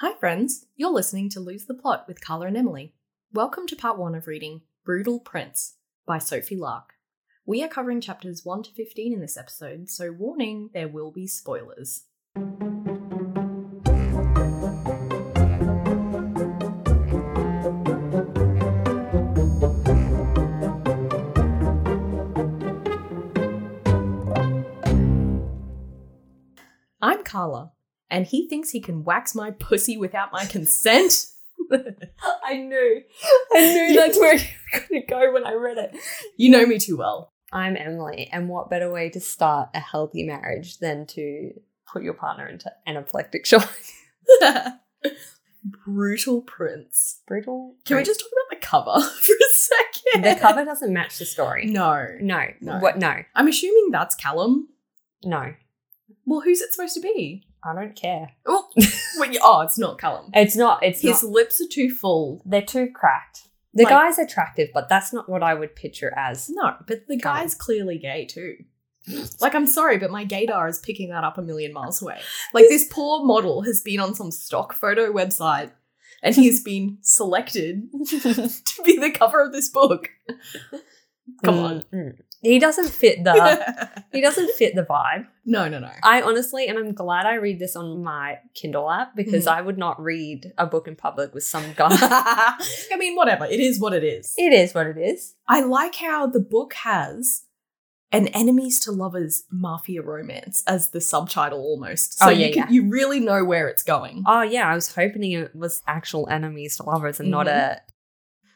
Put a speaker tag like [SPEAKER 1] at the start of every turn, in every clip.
[SPEAKER 1] Hi, friends. You're listening to Lose the Plot with Carla and Emily. Welcome to part one of reading Brutal Prince by Sophie Lark. We are covering chapters 1 to 15 in this episode, so warning there will be spoilers. I'm Carla, and he thinks he can wax my pussy without my consent.
[SPEAKER 2] I knew. I knew that's where you were going to go when I read it.
[SPEAKER 1] You know me too well.
[SPEAKER 2] I'm Emily, and what better way to start a healthy marriage than to put your partner into anaphylactic shock?
[SPEAKER 1] Brutal Prince.
[SPEAKER 2] Brutal.
[SPEAKER 1] Can we just talk about the cover for a second?
[SPEAKER 2] The cover doesn't match the story.
[SPEAKER 1] No.
[SPEAKER 2] No.
[SPEAKER 1] No.
[SPEAKER 2] What? No.
[SPEAKER 1] I'm assuming that's Callum.
[SPEAKER 2] No.
[SPEAKER 1] Well, who's it supposed to be?
[SPEAKER 2] I don't care.
[SPEAKER 1] Oh, wait, oh it's not Callum.
[SPEAKER 2] It's not. It's
[SPEAKER 1] His
[SPEAKER 2] not.
[SPEAKER 1] lips are too full.
[SPEAKER 2] They're too cracked. The
[SPEAKER 1] Like-
[SPEAKER 2] guy's attractive, but that's not what I would picture as.
[SPEAKER 1] No, but the
[SPEAKER 2] Callum.
[SPEAKER 1] guy's clearly gay too. Like, I'm sorry, but my gaydar is picking that up a million miles away. Like, this poor model has been on some stock photo website and he's been selected to be the cover of this book. Come on.
[SPEAKER 2] Mm-mm. Mm, He doesn't fit the. he doesn't fit the vibe.
[SPEAKER 1] no, no, no.
[SPEAKER 2] I honestly, and I'm glad I read this on my Kindle app because
[SPEAKER 1] Mhm.
[SPEAKER 2] I would not read a book in public with some guy.
[SPEAKER 1] I mean, whatever. It is what it is.
[SPEAKER 2] it is what it is.
[SPEAKER 1] I like how the book has an enemies to lovers mafia romance as the subtitle almost. So
[SPEAKER 2] Oh, yeah,
[SPEAKER 1] you, can,
[SPEAKER 2] yeah.
[SPEAKER 1] you really know where it's going.
[SPEAKER 2] Oh yeah, I was hoping it was actual enemies to lovers and not a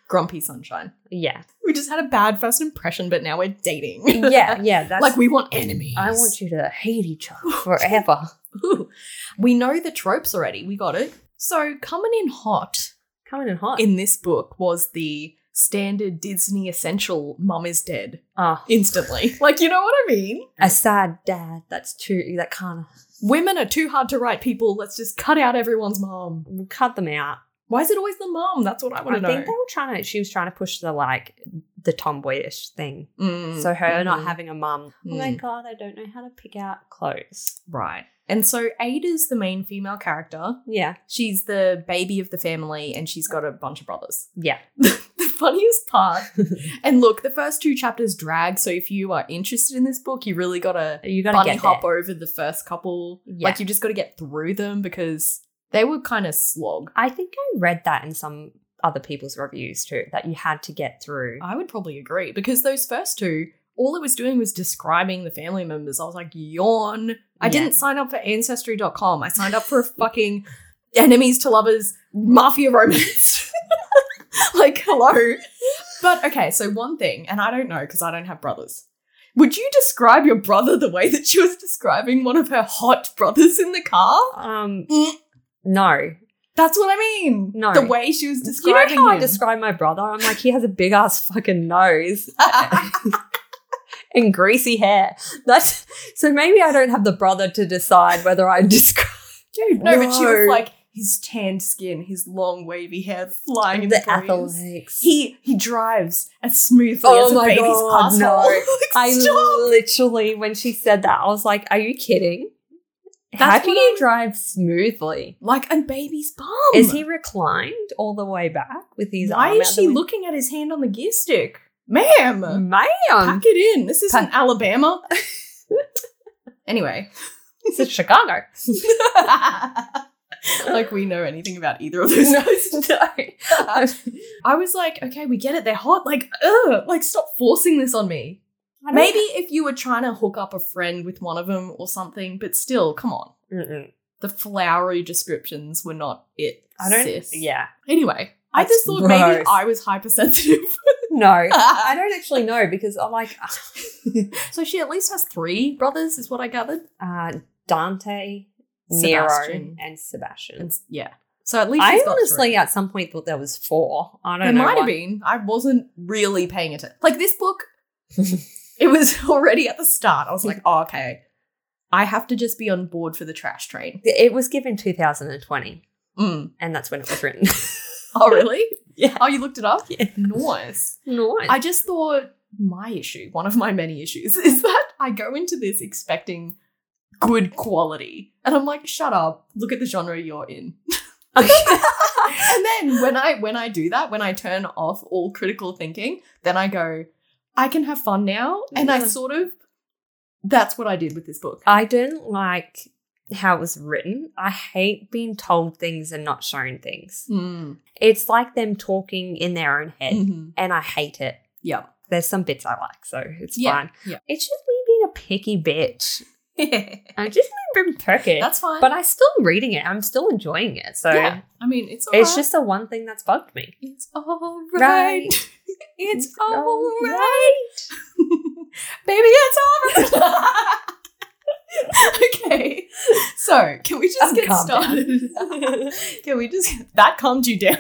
[SPEAKER 1] Grumpy Sunshine.
[SPEAKER 2] yeah,
[SPEAKER 1] We just had a bad first impression, but now we're dating.
[SPEAKER 2] yeah, yeah. That's
[SPEAKER 1] like we want enemies.
[SPEAKER 2] I want you to hate each other forever.
[SPEAKER 1] Ooh. We know the tropes already. We got it. So coming in hot
[SPEAKER 2] Coming in hot.
[SPEAKER 1] in this book was the standard Disney essential mum is dead
[SPEAKER 2] Ah,
[SPEAKER 1] instantly. like you know what I mean?
[SPEAKER 2] a sad dad. That's too. That kind
[SPEAKER 1] Women are too hard to write people. Let's just cut out everyone's mom.
[SPEAKER 2] of cut them out.
[SPEAKER 1] Why is it always the mom? That's what I want
[SPEAKER 2] I
[SPEAKER 1] to know.
[SPEAKER 2] think they were trying to. She was trying to push the like the tomboyish thing.
[SPEAKER 1] Mm,
[SPEAKER 2] So her not
[SPEAKER 1] mm,
[SPEAKER 2] having a mum. Oh my
[SPEAKER 1] Mm.
[SPEAKER 2] god, I don't know how to pick out clothes.
[SPEAKER 1] right. And so Ada's the main female character.
[SPEAKER 2] Yeah,
[SPEAKER 1] She's the baby of the family, and she's got a bunch of brothers.
[SPEAKER 2] yeah.
[SPEAKER 1] the funniest part, and look, the first two chapters drag. So if you are interested in this book, you really gotta
[SPEAKER 2] you gotta
[SPEAKER 1] bunny
[SPEAKER 2] get there.
[SPEAKER 1] hop over the first couple.
[SPEAKER 2] Yeah.
[SPEAKER 1] Like you just gotta get through them because they were kind of slog.
[SPEAKER 2] I think I read that in some other people's reviews too. That you had to get through.
[SPEAKER 1] I would probably agree because those first two, all it was doing was describing the family members. I was like, yawn. I
[SPEAKER 2] Yeah.
[SPEAKER 1] didn't sign up for ancestry.com. I signed up for a fucking enemies to lovers mafia romance. like, hello. But okay, so one thing, and I don't know because I don't have brothers. Would you describe your brother the way that she was describing one of her hot brothers in the car?
[SPEAKER 2] Um,
[SPEAKER 1] Mm.
[SPEAKER 2] no.
[SPEAKER 1] That's what I mean.
[SPEAKER 2] No.
[SPEAKER 1] The way she was
[SPEAKER 2] you
[SPEAKER 1] describing
[SPEAKER 2] know how I
[SPEAKER 1] him.
[SPEAKER 2] describe my brother? I'm like, he has a big ass fucking nose and greasy hair. That's so maybe I don't have the brother to decide whether I describe
[SPEAKER 1] Dude, no, but she was
[SPEAKER 2] No.
[SPEAKER 1] like his tanned skin, his long wavy hair flying in the,
[SPEAKER 2] the
[SPEAKER 1] breeze.
[SPEAKER 2] athletes.
[SPEAKER 1] He he drives as smoothly
[SPEAKER 2] Oh
[SPEAKER 1] as a
[SPEAKER 2] my
[SPEAKER 1] baby's
[SPEAKER 2] God,
[SPEAKER 1] asshole.
[SPEAKER 2] no.
[SPEAKER 1] Like,
[SPEAKER 2] I
[SPEAKER 1] stop.
[SPEAKER 2] literally, when she said that, I was like, are you kidding? how
[SPEAKER 1] That's
[SPEAKER 2] can
[SPEAKER 1] what
[SPEAKER 2] you
[SPEAKER 1] I-
[SPEAKER 2] drive smoothly?
[SPEAKER 1] like a baby's bum.
[SPEAKER 2] Is he reclined all the way back with his
[SPEAKER 1] Why
[SPEAKER 2] arm
[SPEAKER 1] is
[SPEAKER 2] out the Mm.
[SPEAKER 1] she
[SPEAKER 2] win-
[SPEAKER 1] looking at his hand on the gear stick, ma'am?
[SPEAKER 2] Ma'am,
[SPEAKER 1] pack it in. This isn't Alabama. anyway,
[SPEAKER 2] this is Chicago.
[SPEAKER 1] like we know anything about either of those.
[SPEAKER 2] no.
[SPEAKER 1] I was like, okay, we get it. They're hot. Like, ugh, like stop forcing this on me. Maybe if you were trying to hook up a friend with one of them or something, but still, come on.
[SPEAKER 2] Mm-mm.
[SPEAKER 1] The flowery descriptions were not it.
[SPEAKER 2] I don't.
[SPEAKER 1] sis.
[SPEAKER 2] Yeah.
[SPEAKER 1] Anyway, I
[SPEAKER 2] That's
[SPEAKER 1] just thought maybe
[SPEAKER 2] gross.
[SPEAKER 1] I was hypersensitive.
[SPEAKER 2] No. I don't actually know because I like
[SPEAKER 1] so she at least has three brothers, is what I gathered.
[SPEAKER 2] uh, Dante,
[SPEAKER 1] Sebastian.
[SPEAKER 2] Nero, and Sebastian.
[SPEAKER 1] And s- yeah. So at least
[SPEAKER 2] I
[SPEAKER 1] she's got
[SPEAKER 2] honestly
[SPEAKER 1] three.
[SPEAKER 2] at some point thought there was four. I don't
[SPEAKER 1] There
[SPEAKER 2] know.
[SPEAKER 1] might have
[SPEAKER 2] why.
[SPEAKER 1] been. I wasn't really paying attention. Like this book, it was already at the start. I was like, oh, okay. I have to just be on board for the trash train.
[SPEAKER 2] It was given 2020,
[SPEAKER 1] Mm.
[SPEAKER 2] and that's when it was written.
[SPEAKER 1] Oh, really?
[SPEAKER 2] Yeah.
[SPEAKER 1] Oh, you looked it up?
[SPEAKER 2] Yeah.
[SPEAKER 1] Nice.
[SPEAKER 2] no,
[SPEAKER 1] I just thought my issue, one of my many issues, is that I go into this expecting good quality. And I'm like, shut up, look at the genre you're in. and then when I when I do that, when I turn off all critical thinking, then I go, I can have fun now. And I
[SPEAKER 2] Yeah. Uh,
[SPEAKER 1] sort of that's what I did with this book.
[SPEAKER 2] I don't like how it was written. I hate being told things and not shown things.
[SPEAKER 1] Mm.
[SPEAKER 2] It's like them talking in their own head,
[SPEAKER 1] Mhm.
[SPEAKER 2] and I hate it.
[SPEAKER 1] Yeah.
[SPEAKER 2] There's some bits I like, so it's
[SPEAKER 1] Yeah,
[SPEAKER 2] fine.
[SPEAKER 1] yeah.
[SPEAKER 2] It's just me being a picky bitch. I'm just me being picky.
[SPEAKER 1] That's fine.
[SPEAKER 2] but I'm still reading it. I'm still enjoying it. So
[SPEAKER 1] yeah, I mean it's all
[SPEAKER 2] it's
[SPEAKER 1] right.
[SPEAKER 2] just the one thing that's bugged me.
[SPEAKER 1] it's all right.
[SPEAKER 2] Right.
[SPEAKER 1] It's
[SPEAKER 2] all
[SPEAKER 1] all right. Baby, it's all right. okay. So, can we just
[SPEAKER 2] Oh,
[SPEAKER 1] get
[SPEAKER 2] calm
[SPEAKER 1] started? can we just that calmed you down?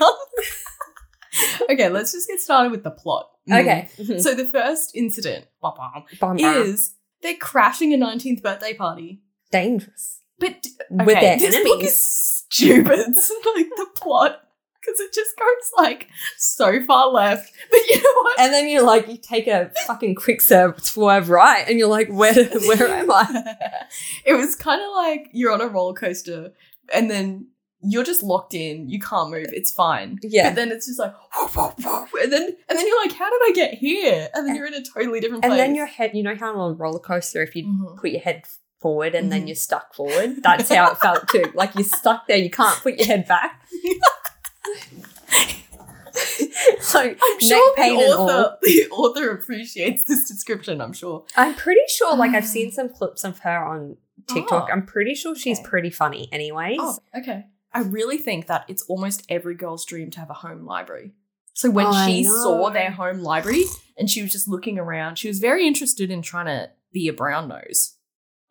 [SPEAKER 1] okay, let's just get started with the plot. Mm.
[SPEAKER 2] okay.
[SPEAKER 1] So the first incident wah, wah,
[SPEAKER 2] Bum, bum.
[SPEAKER 1] Mm-hmm. is they're crashing a 19th birthday party.
[SPEAKER 2] dangerous
[SPEAKER 1] But
[SPEAKER 2] with
[SPEAKER 1] Okay,
[SPEAKER 2] their
[SPEAKER 1] this
[SPEAKER 2] enemies.
[SPEAKER 1] book is stupid. like the plot because it just goes like so far left. But you know what?
[SPEAKER 2] and then you like you take a fucking quick serve swerve right, and you're like, where where am I?
[SPEAKER 1] it was kind of like you're on a roller coaster and then you're just locked in. You can't move. It's fine.
[SPEAKER 2] Yeah.
[SPEAKER 1] But then it's just like, and then and then you're like, how did I get here? And then you're in a totally different place.
[SPEAKER 2] And then your head, you know how on a roller coaster, if you
[SPEAKER 1] Mhm.
[SPEAKER 2] put your head forward and
[SPEAKER 1] Mhm.
[SPEAKER 2] then you're stuck forward, that's how it felt too. Like you're stuck there, you can't put your head back. so
[SPEAKER 1] I'm
[SPEAKER 2] neck
[SPEAKER 1] sure the
[SPEAKER 2] pain and
[SPEAKER 1] author,
[SPEAKER 2] all.
[SPEAKER 1] the author appreciates this description. I'm sure.
[SPEAKER 2] I'm pretty sure, like I've seen some clips of her on TikTok.
[SPEAKER 1] Oh.
[SPEAKER 2] I'm pretty sure she's
[SPEAKER 1] Okay. Oh.
[SPEAKER 2] pretty funny, anyways.
[SPEAKER 1] okay. I really think that it's almost every girl's dream to have a home library. So when
[SPEAKER 2] I
[SPEAKER 1] she
[SPEAKER 2] know.
[SPEAKER 1] saw their home library and she was just looking around, she was very interested in trying to be a brown nose.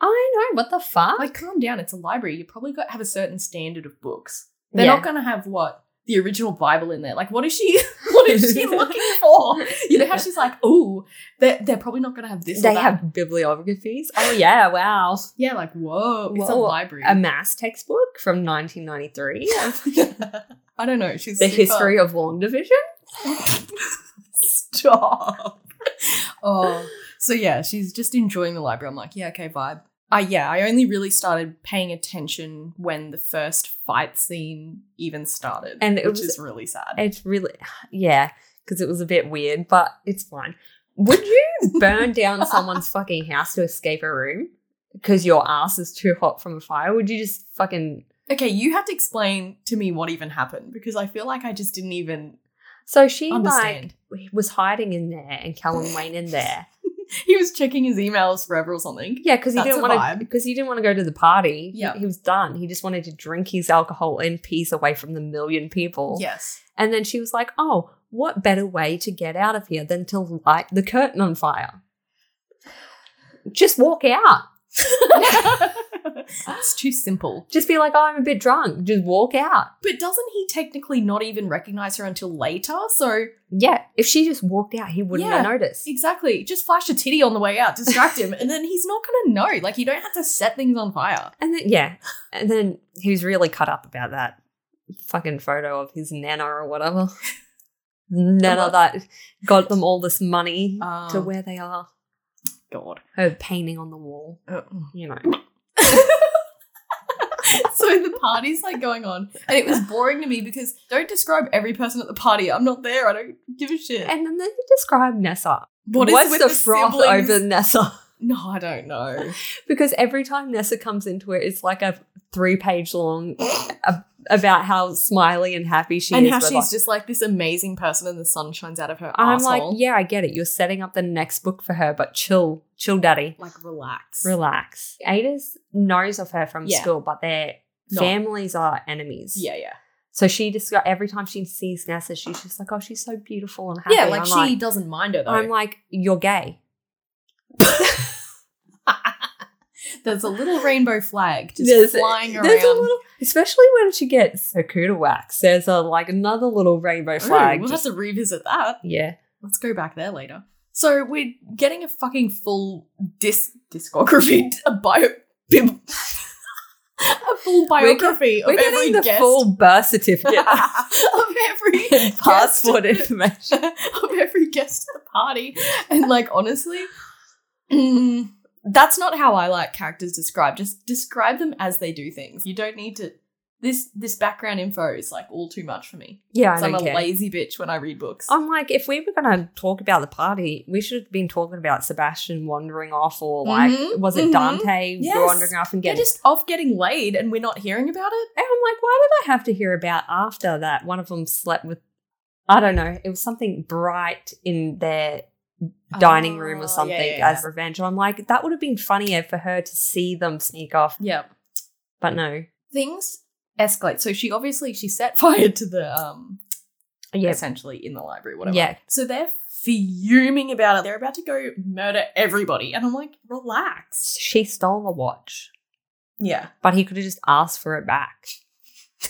[SPEAKER 2] I know what the fuck.
[SPEAKER 1] Like, calm down. It's a library. You probably got have a certain standard of books. They're
[SPEAKER 2] Yeah.
[SPEAKER 1] not going to have what the original Bible in there. Like, what is she? What is she looking for? You know how she's like, oh, they're, they're probably not going to have this. or
[SPEAKER 2] they
[SPEAKER 1] that."
[SPEAKER 2] have bibliographies. Oh yeah, wow.
[SPEAKER 1] yeah, like whoa, it's a
[SPEAKER 2] Whoa,
[SPEAKER 1] library.
[SPEAKER 2] A maths textbook from 1993.
[SPEAKER 1] I don't know. She's
[SPEAKER 2] the
[SPEAKER 1] super-
[SPEAKER 2] history of long division.
[SPEAKER 1] Stop. oh, so yeah, she's just enjoying the library. I'm like, yeah, okay, vibe. Uh, yeah, I only really started paying attention when the first fight scene even started,
[SPEAKER 2] And it
[SPEAKER 1] which
[SPEAKER 2] was-
[SPEAKER 1] is really sad.
[SPEAKER 2] It's really yeah, because it was a bit weird, but it's fine. Would you burn down someone's fucking house to escape a room because your ass is too hot from a fire? Would you just fucking
[SPEAKER 1] Okay, you have to explain to me what even happened because I feel like I just didn't even
[SPEAKER 2] so she
[SPEAKER 1] understand.
[SPEAKER 2] like was hiding in there and Callum Wayne in there.
[SPEAKER 1] he was checking his emails forever or something.
[SPEAKER 2] Yeah, because he
[SPEAKER 1] That's
[SPEAKER 2] didn't
[SPEAKER 1] a
[SPEAKER 2] want to.
[SPEAKER 1] vibe.
[SPEAKER 2] Because he didn't want to go to the party.
[SPEAKER 1] Yeah.
[SPEAKER 2] he, he was done. He just wanted to drink his alcohol in peace away from the million people.
[SPEAKER 1] Yes.
[SPEAKER 2] And then she was like, oh, what better way to get out of here than to light the curtain on fire? Just walk out.
[SPEAKER 1] it's too simple.
[SPEAKER 2] Just be like, oh, I'm a bit drunk. Just walk out.
[SPEAKER 1] But doesn't he technically not even recognize her until later? So
[SPEAKER 2] Yeah. If she just walked out, he wouldn't have
[SPEAKER 1] Yeah.
[SPEAKER 2] noticed.
[SPEAKER 1] Exactly. Just flash a titty on the way out, distract him, and then he's not going to know. Like, you don't have to set things on fire.
[SPEAKER 2] And then, yeah. And then he was really cut up about that fucking photo of his nana or whatever. nana
[SPEAKER 1] what?
[SPEAKER 2] that got them all this money
[SPEAKER 1] Oh.
[SPEAKER 2] to where they are.
[SPEAKER 1] God.
[SPEAKER 2] Her painting on the wall, you know.
[SPEAKER 1] so the party's like going on, and it was boring to me because don't describe every person at the party. I'm not there. I don't give a shit.
[SPEAKER 2] And then they describe Nessa.
[SPEAKER 1] what is
[SPEAKER 2] What's
[SPEAKER 1] it with
[SPEAKER 2] the,
[SPEAKER 1] the,
[SPEAKER 2] froth
[SPEAKER 1] siblings?
[SPEAKER 2] over Nessa?
[SPEAKER 1] No, I don't know.
[SPEAKER 2] because every time Nessa comes into it, it's like a three page long a- about how smiley and happy she
[SPEAKER 1] and
[SPEAKER 2] is.
[SPEAKER 1] how
[SPEAKER 2] with
[SPEAKER 1] she's
[SPEAKER 2] life.
[SPEAKER 1] just like this amazing person, and the sun shines out of her
[SPEAKER 2] I'm
[SPEAKER 1] asshole.
[SPEAKER 2] like, yeah, I get it. You're setting up the next book for her, but chill, chill, daddy,
[SPEAKER 1] Like, relax.
[SPEAKER 2] relax. Ada's knows of her from
[SPEAKER 1] Yeah.
[SPEAKER 2] school, but their
[SPEAKER 1] Not-
[SPEAKER 2] families are enemies.
[SPEAKER 1] Yeah, yeah.
[SPEAKER 2] So she just every time she sees Nessa, she's just like, oh, she's so beautiful and happy.
[SPEAKER 1] Yeah, like
[SPEAKER 2] I'm
[SPEAKER 1] she doesn't mind her though.
[SPEAKER 2] I'm like, you're gay.
[SPEAKER 1] there's a little rainbow flag just
[SPEAKER 2] There's-
[SPEAKER 1] flying around.
[SPEAKER 2] there's a little- Especially when she gets Sakuda wax, there's a like another little rainbow
[SPEAKER 1] Ooh,
[SPEAKER 2] flag.
[SPEAKER 1] we'll
[SPEAKER 2] just-
[SPEAKER 1] have to revisit that.
[SPEAKER 2] yeah,
[SPEAKER 1] Let's go back there later. So we're getting a fucking full dis discography, a bio, bib, a full
[SPEAKER 2] We're get-
[SPEAKER 1] biography
[SPEAKER 2] we're
[SPEAKER 1] of every
[SPEAKER 2] getting the
[SPEAKER 1] guest,
[SPEAKER 2] full birth certificate
[SPEAKER 1] of every
[SPEAKER 2] and passport
[SPEAKER 1] guest,
[SPEAKER 2] information.
[SPEAKER 1] of every guest at the party. And like honestly, mm, that's not how I like characters described. Just describe them as they do things. You don't need to this this background info is like all too much for me.
[SPEAKER 2] Yeah, I
[SPEAKER 1] 'Cause I'm
[SPEAKER 2] don't
[SPEAKER 1] a
[SPEAKER 2] care.
[SPEAKER 1] lazy bitch when I read books.
[SPEAKER 2] I'm like, if we were gonna talk about the party, we should have been talking about Sebastian wandering off, or like,
[SPEAKER 1] Mhm,
[SPEAKER 2] was it
[SPEAKER 1] mhm.
[SPEAKER 2] Dante
[SPEAKER 1] Yes.
[SPEAKER 2] wandering off and
[SPEAKER 1] They're
[SPEAKER 2] getting?
[SPEAKER 1] just off getting laid, and we're not hearing about it.
[SPEAKER 2] and I'm like, why did I have to hear about after that? One of them slept with, I don't know, it was something bright in their dining room
[SPEAKER 1] Oh,
[SPEAKER 2] or
[SPEAKER 1] yeah,
[SPEAKER 2] something
[SPEAKER 1] yeah,
[SPEAKER 2] as revenge. I'm like, that would have been funnier for her to see them sneak off,
[SPEAKER 1] Yeah,
[SPEAKER 2] but no.
[SPEAKER 1] things escalate. So she obviously she set fire to the um
[SPEAKER 2] Yeah,
[SPEAKER 1] essentially in the library, whatever.
[SPEAKER 2] Yeah.
[SPEAKER 1] So they're fuming about it. They're about to go murder everybody, and I'm like, relax.
[SPEAKER 2] she stole the watch.
[SPEAKER 1] Yeah,
[SPEAKER 2] but he could have just asked for it back.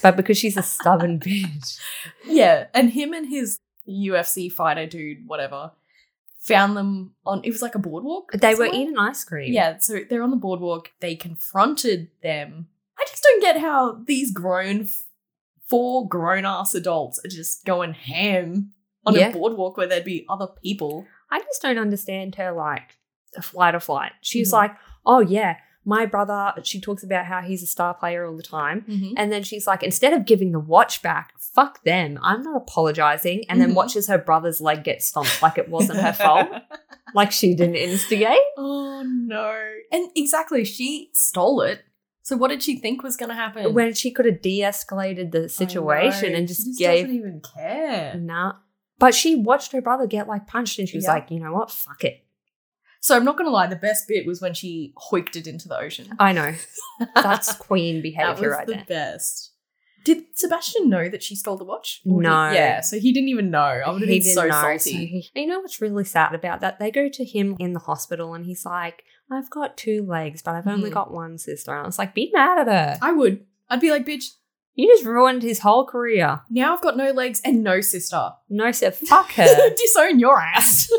[SPEAKER 2] But because she's a stubborn bitch,
[SPEAKER 1] yeah. And him and his UFC fighter dude, whatever, found them on. It was like a boardwalk.
[SPEAKER 2] they were
[SPEAKER 1] somewhere?
[SPEAKER 2] eating ice cream.
[SPEAKER 1] Yeah, so they're on the boardwalk. They confronted them. I just don't get how these grown, four grown ass adults are just going ham on
[SPEAKER 2] Yeah.
[SPEAKER 1] a boardwalk where there'd be other people.
[SPEAKER 2] I just don't understand her like flight or flight. She's
[SPEAKER 1] Mhm.
[SPEAKER 2] like, oh yeah, my brother. She talks about how he's a star player all the time.
[SPEAKER 1] Mm-hmm.
[SPEAKER 2] And then she's like, instead of giving the watch back, fuck them. I'm not apologizing. And then
[SPEAKER 1] Mhm.
[SPEAKER 2] watches her brother's leg get stomped like it wasn't her fault, like she didn't instigate.
[SPEAKER 1] oh no! And exactly, she stole it. So what did she think was going to happen?
[SPEAKER 2] When she could have de escalated the
[SPEAKER 1] I know.
[SPEAKER 2] situation and
[SPEAKER 1] She
[SPEAKER 2] just gave
[SPEAKER 1] doesn't even care.
[SPEAKER 2] Nah. But she watched her brother get like punched and she was
[SPEAKER 1] Yeah.
[SPEAKER 2] like, you know what? Fuck it.
[SPEAKER 1] So I'm not going to lie. The best bit was when she hoiked it into the ocean.
[SPEAKER 2] I know. That's queen
[SPEAKER 1] That was
[SPEAKER 2] behavior right
[SPEAKER 1] the
[SPEAKER 2] there.
[SPEAKER 1] best. Did Sebastian know that she stole the watch? did-
[SPEAKER 2] No.
[SPEAKER 1] yeah, so he didn't even know. I would have
[SPEAKER 2] He
[SPEAKER 1] been so
[SPEAKER 2] didn't know, so
[SPEAKER 1] salty.
[SPEAKER 2] he- you know what's really sad about that? They go to him in the hospital and he's like, I've got two legs, but I've only
[SPEAKER 1] Mhm.
[SPEAKER 2] got one sister. And I was like, be mad at her.
[SPEAKER 1] I would. I'd be like, bitch,
[SPEAKER 2] You just ruined his whole career.
[SPEAKER 1] now I've got no legs and no sister.
[SPEAKER 2] No, sir, fuck her.
[SPEAKER 1] Disown your ass.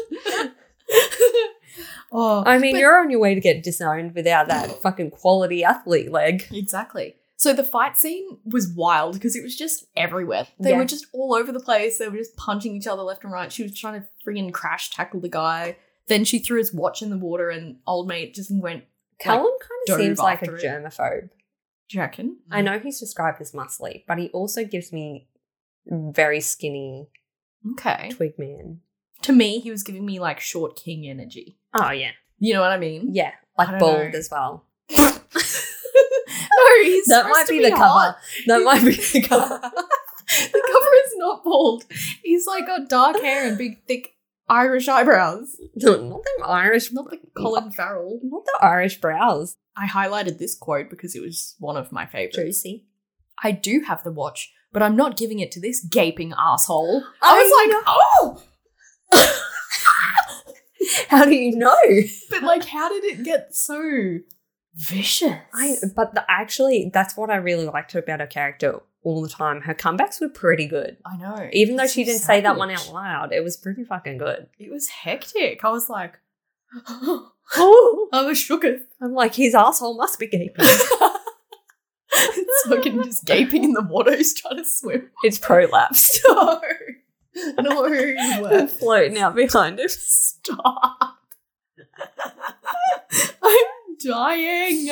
[SPEAKER 1] oh,
[SPEAKER 2] I mean,
[SPEAKER 1] but-
[SPEAKER 2] you're on your way to get disowned without that fucking quality athlete leg.
[SPEAKER 1] Exactly. So the fight scene was wild because it was just everywhere. They
[SPEAKER 2] Yeah.
[SPEAKER 1] were just all over the place. They were just punching each other left and right. She was trying to friggin' crash tackle the guy. Then she threw his watch in the water, and old mate just went
[SPEAKER 2] Callum kind
[SPEAKER 1] dove
[SPEAKER 2] of seems like a
[SPEAKER 1] after it.
[SPEAKER 2] germaphobe.
[SPEAKER 1] jacking.
[SPEAKER 2] I know he's described as muscly, but he also gives me very skinny
[SPEAKER 1] Okay.
[SPEAKER 2] twig man.
[SPEAKER 1] To me, he was giving me like short king energy.
[SPEAKER 2] Oh yeah,
[SPEAKER 1] You know what I mean?
[SPEAKER 2] yeah,
[SPEAKER 1] I
[SPEAKER 2] like
[SPEAKER 1] don't
[SPEAKER 2] bald
[SPEAKER 1] know.
[SPEAKER 2] as well.
[SPEAKER 1] no, he's
[SPEAKER 2] That
[SPEAKER 1] supposed
[SPEAKER 2] might
[SPEAKER 1] to
[SPEAKER 2] be the cover.
[SPEAKER 1] hot.
[SPEAKER 2] That might be the cover.
[SPEAKER 1] the cover is not bald. He's like got dark hair and big thick Irish eyebrows.
[SPEAKER 2] No, not them Irish,
[SPEAKER 1] Not the Colin Farrell.
[SPEAKER 2] not the Irish brows.
[SPEAKER 1] I highlighted this quote because it was one of my favorites.
[SPEAKER 2] Juicy.
[SPEAKER 1] I do have the watch, but I'm not giving it to this gaping asshole.
[SPEAKER 2] I
[SPEAKER 1] I was like, oh,
[SPEAKER 2] How do you know?
[SPEAKER 1] but like, how did it get so vicious?
[SPEAKER 2] I but the, actually, that's what I really liked about her character all the time. Her comebacks were pretty good,
[SPEAKER 1] I know.
[SPEAKER 2] even though
[SPEAKER 1] It's
[SPEAKER 2] she
[SPEAKER 1] so
[SPEAKER 2] didn't say that one
[SPEAKER 1] savage.
[SPEAKER 2] out loud. It was pretty fucking good.
[SPEAKER 1] It was hectic. I was like,
[SPEAKER 2] Oh,
[SPEAKER 1] I was shooketh.
[SPEAKER 2] I'm like his asshole must be gaping.
[SPEAKER 1] it's fucking just gaping in the water. He's trying to swim.
[SPEAKER 2] it's prolapse.
[SPEAKER 1] No, no, Worth.
[SPEAKER 2] floating out behind him.
[SPEAKER 1] Stop. I'm dying.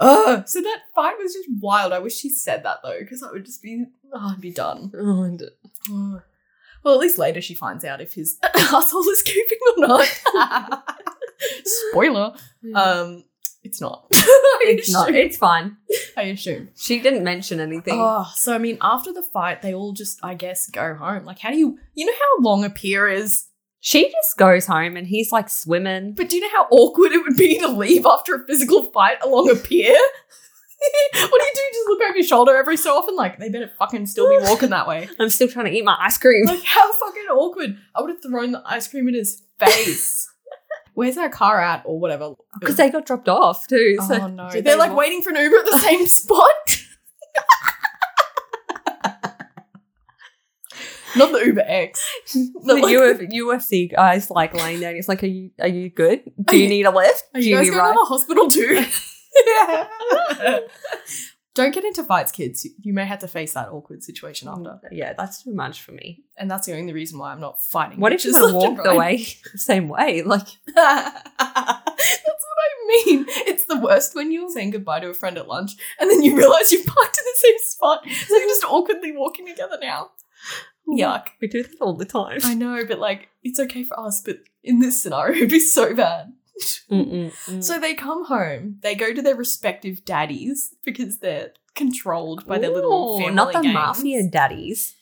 [SPEAKER 1] Ugh. So that fight was just wild. I wish she said that though, because I would just be, oh, I'd be done.
[SPEAKER 2] Oh, and-
[SPEAKER 1] Ugh. Well, at least later she finds out if his asshole is gaping or not. Spoiler. Um, it's not. I
[SPEAKER 2] it's not.
[SPEAKER 1] assume.
[SPEAKER 2] It's fine.
[SPEAKER 1] I assume.
[SPEAKER 2] She didn't mention anything.
[SPEAKER 1] Oh, so I mean, after the fight, they all just, I guess, go home. Like, how do you, you know, how long a pier is?
[SPEAKER 2] she just goes home and he's like swimming.
[SPEAKER 1] But do you know how awkward it would be to leave after a physical fight along a pier? what do you do? Just look over your shoulder every so often? Like, they better fucking still be walking that way.
[SPEAKER 2] I'm still trying to eat my ice cream.
[SPEAKER 1] Like, how fucking awkward. I would have thrown the ice cream in his face. Where's our car at or whatever?
[SPEAKER 2] Because they got dropped off too. So
[SPEAKER 1] oh no.
[SPEAKER 2] so
[SPEAKER 1] They're like
[SPEAKER 2] wa-
[SPEAKER 1] waiting for an Uber at the same spot. Not the Uber X.
[SPEAKER 2] the
[SPEAKER 1] Not like-
[SPEAKER 2] Uf- UFC guys like laying there. and It's like, are you are you good?
[SPEAKER 1] Are
[SPEAKER 2] Do you
[SPEAKER 1] you-
[SPEAKER 2] need a lift?
[SPEAKER 1] Are
[SPEAKER 2] Do
[SPEAKER 1] you guys
[SPEAKER 2] need
[SPEAKER 1] going to the hospital too? Don't get into fights, kids. You- You may have to face that awkward situation after.
[SPEAKER 2] Yeah, that's too much for me.
[SPEAKER 1] And that's the only reason why I'm not fighting.
[SPEAKER 2] What if
[SPEAKER 1] bitches left
[SPEAKER 2] you
[SPEAKER 1] and
[SPEAKER 2] walked
[SPEAKER 1] right.
[SPEAKER 2] away same way? Like
[SPEAKER 1] that's what I I mean? It's the worst when you're saying goodbye to a friend at lunch and then you realize you've parked in the same spot. So you're just awkwardly walking together now. Yuck.
[SPEAKER 2] We do that all the time.
[SPEAKER 1] I know, but like, it's okay for us, but in this scenario, it'd be so bad.
[SPEAKER 2] So
[SPEAKER 1] Mm. So they come home, they go to their respective daddies because they're controlled by their little family.
[SPEAKER 2] not the
[SPEAKER 1] gangs.
[SPEAKER 2] mafia daddies.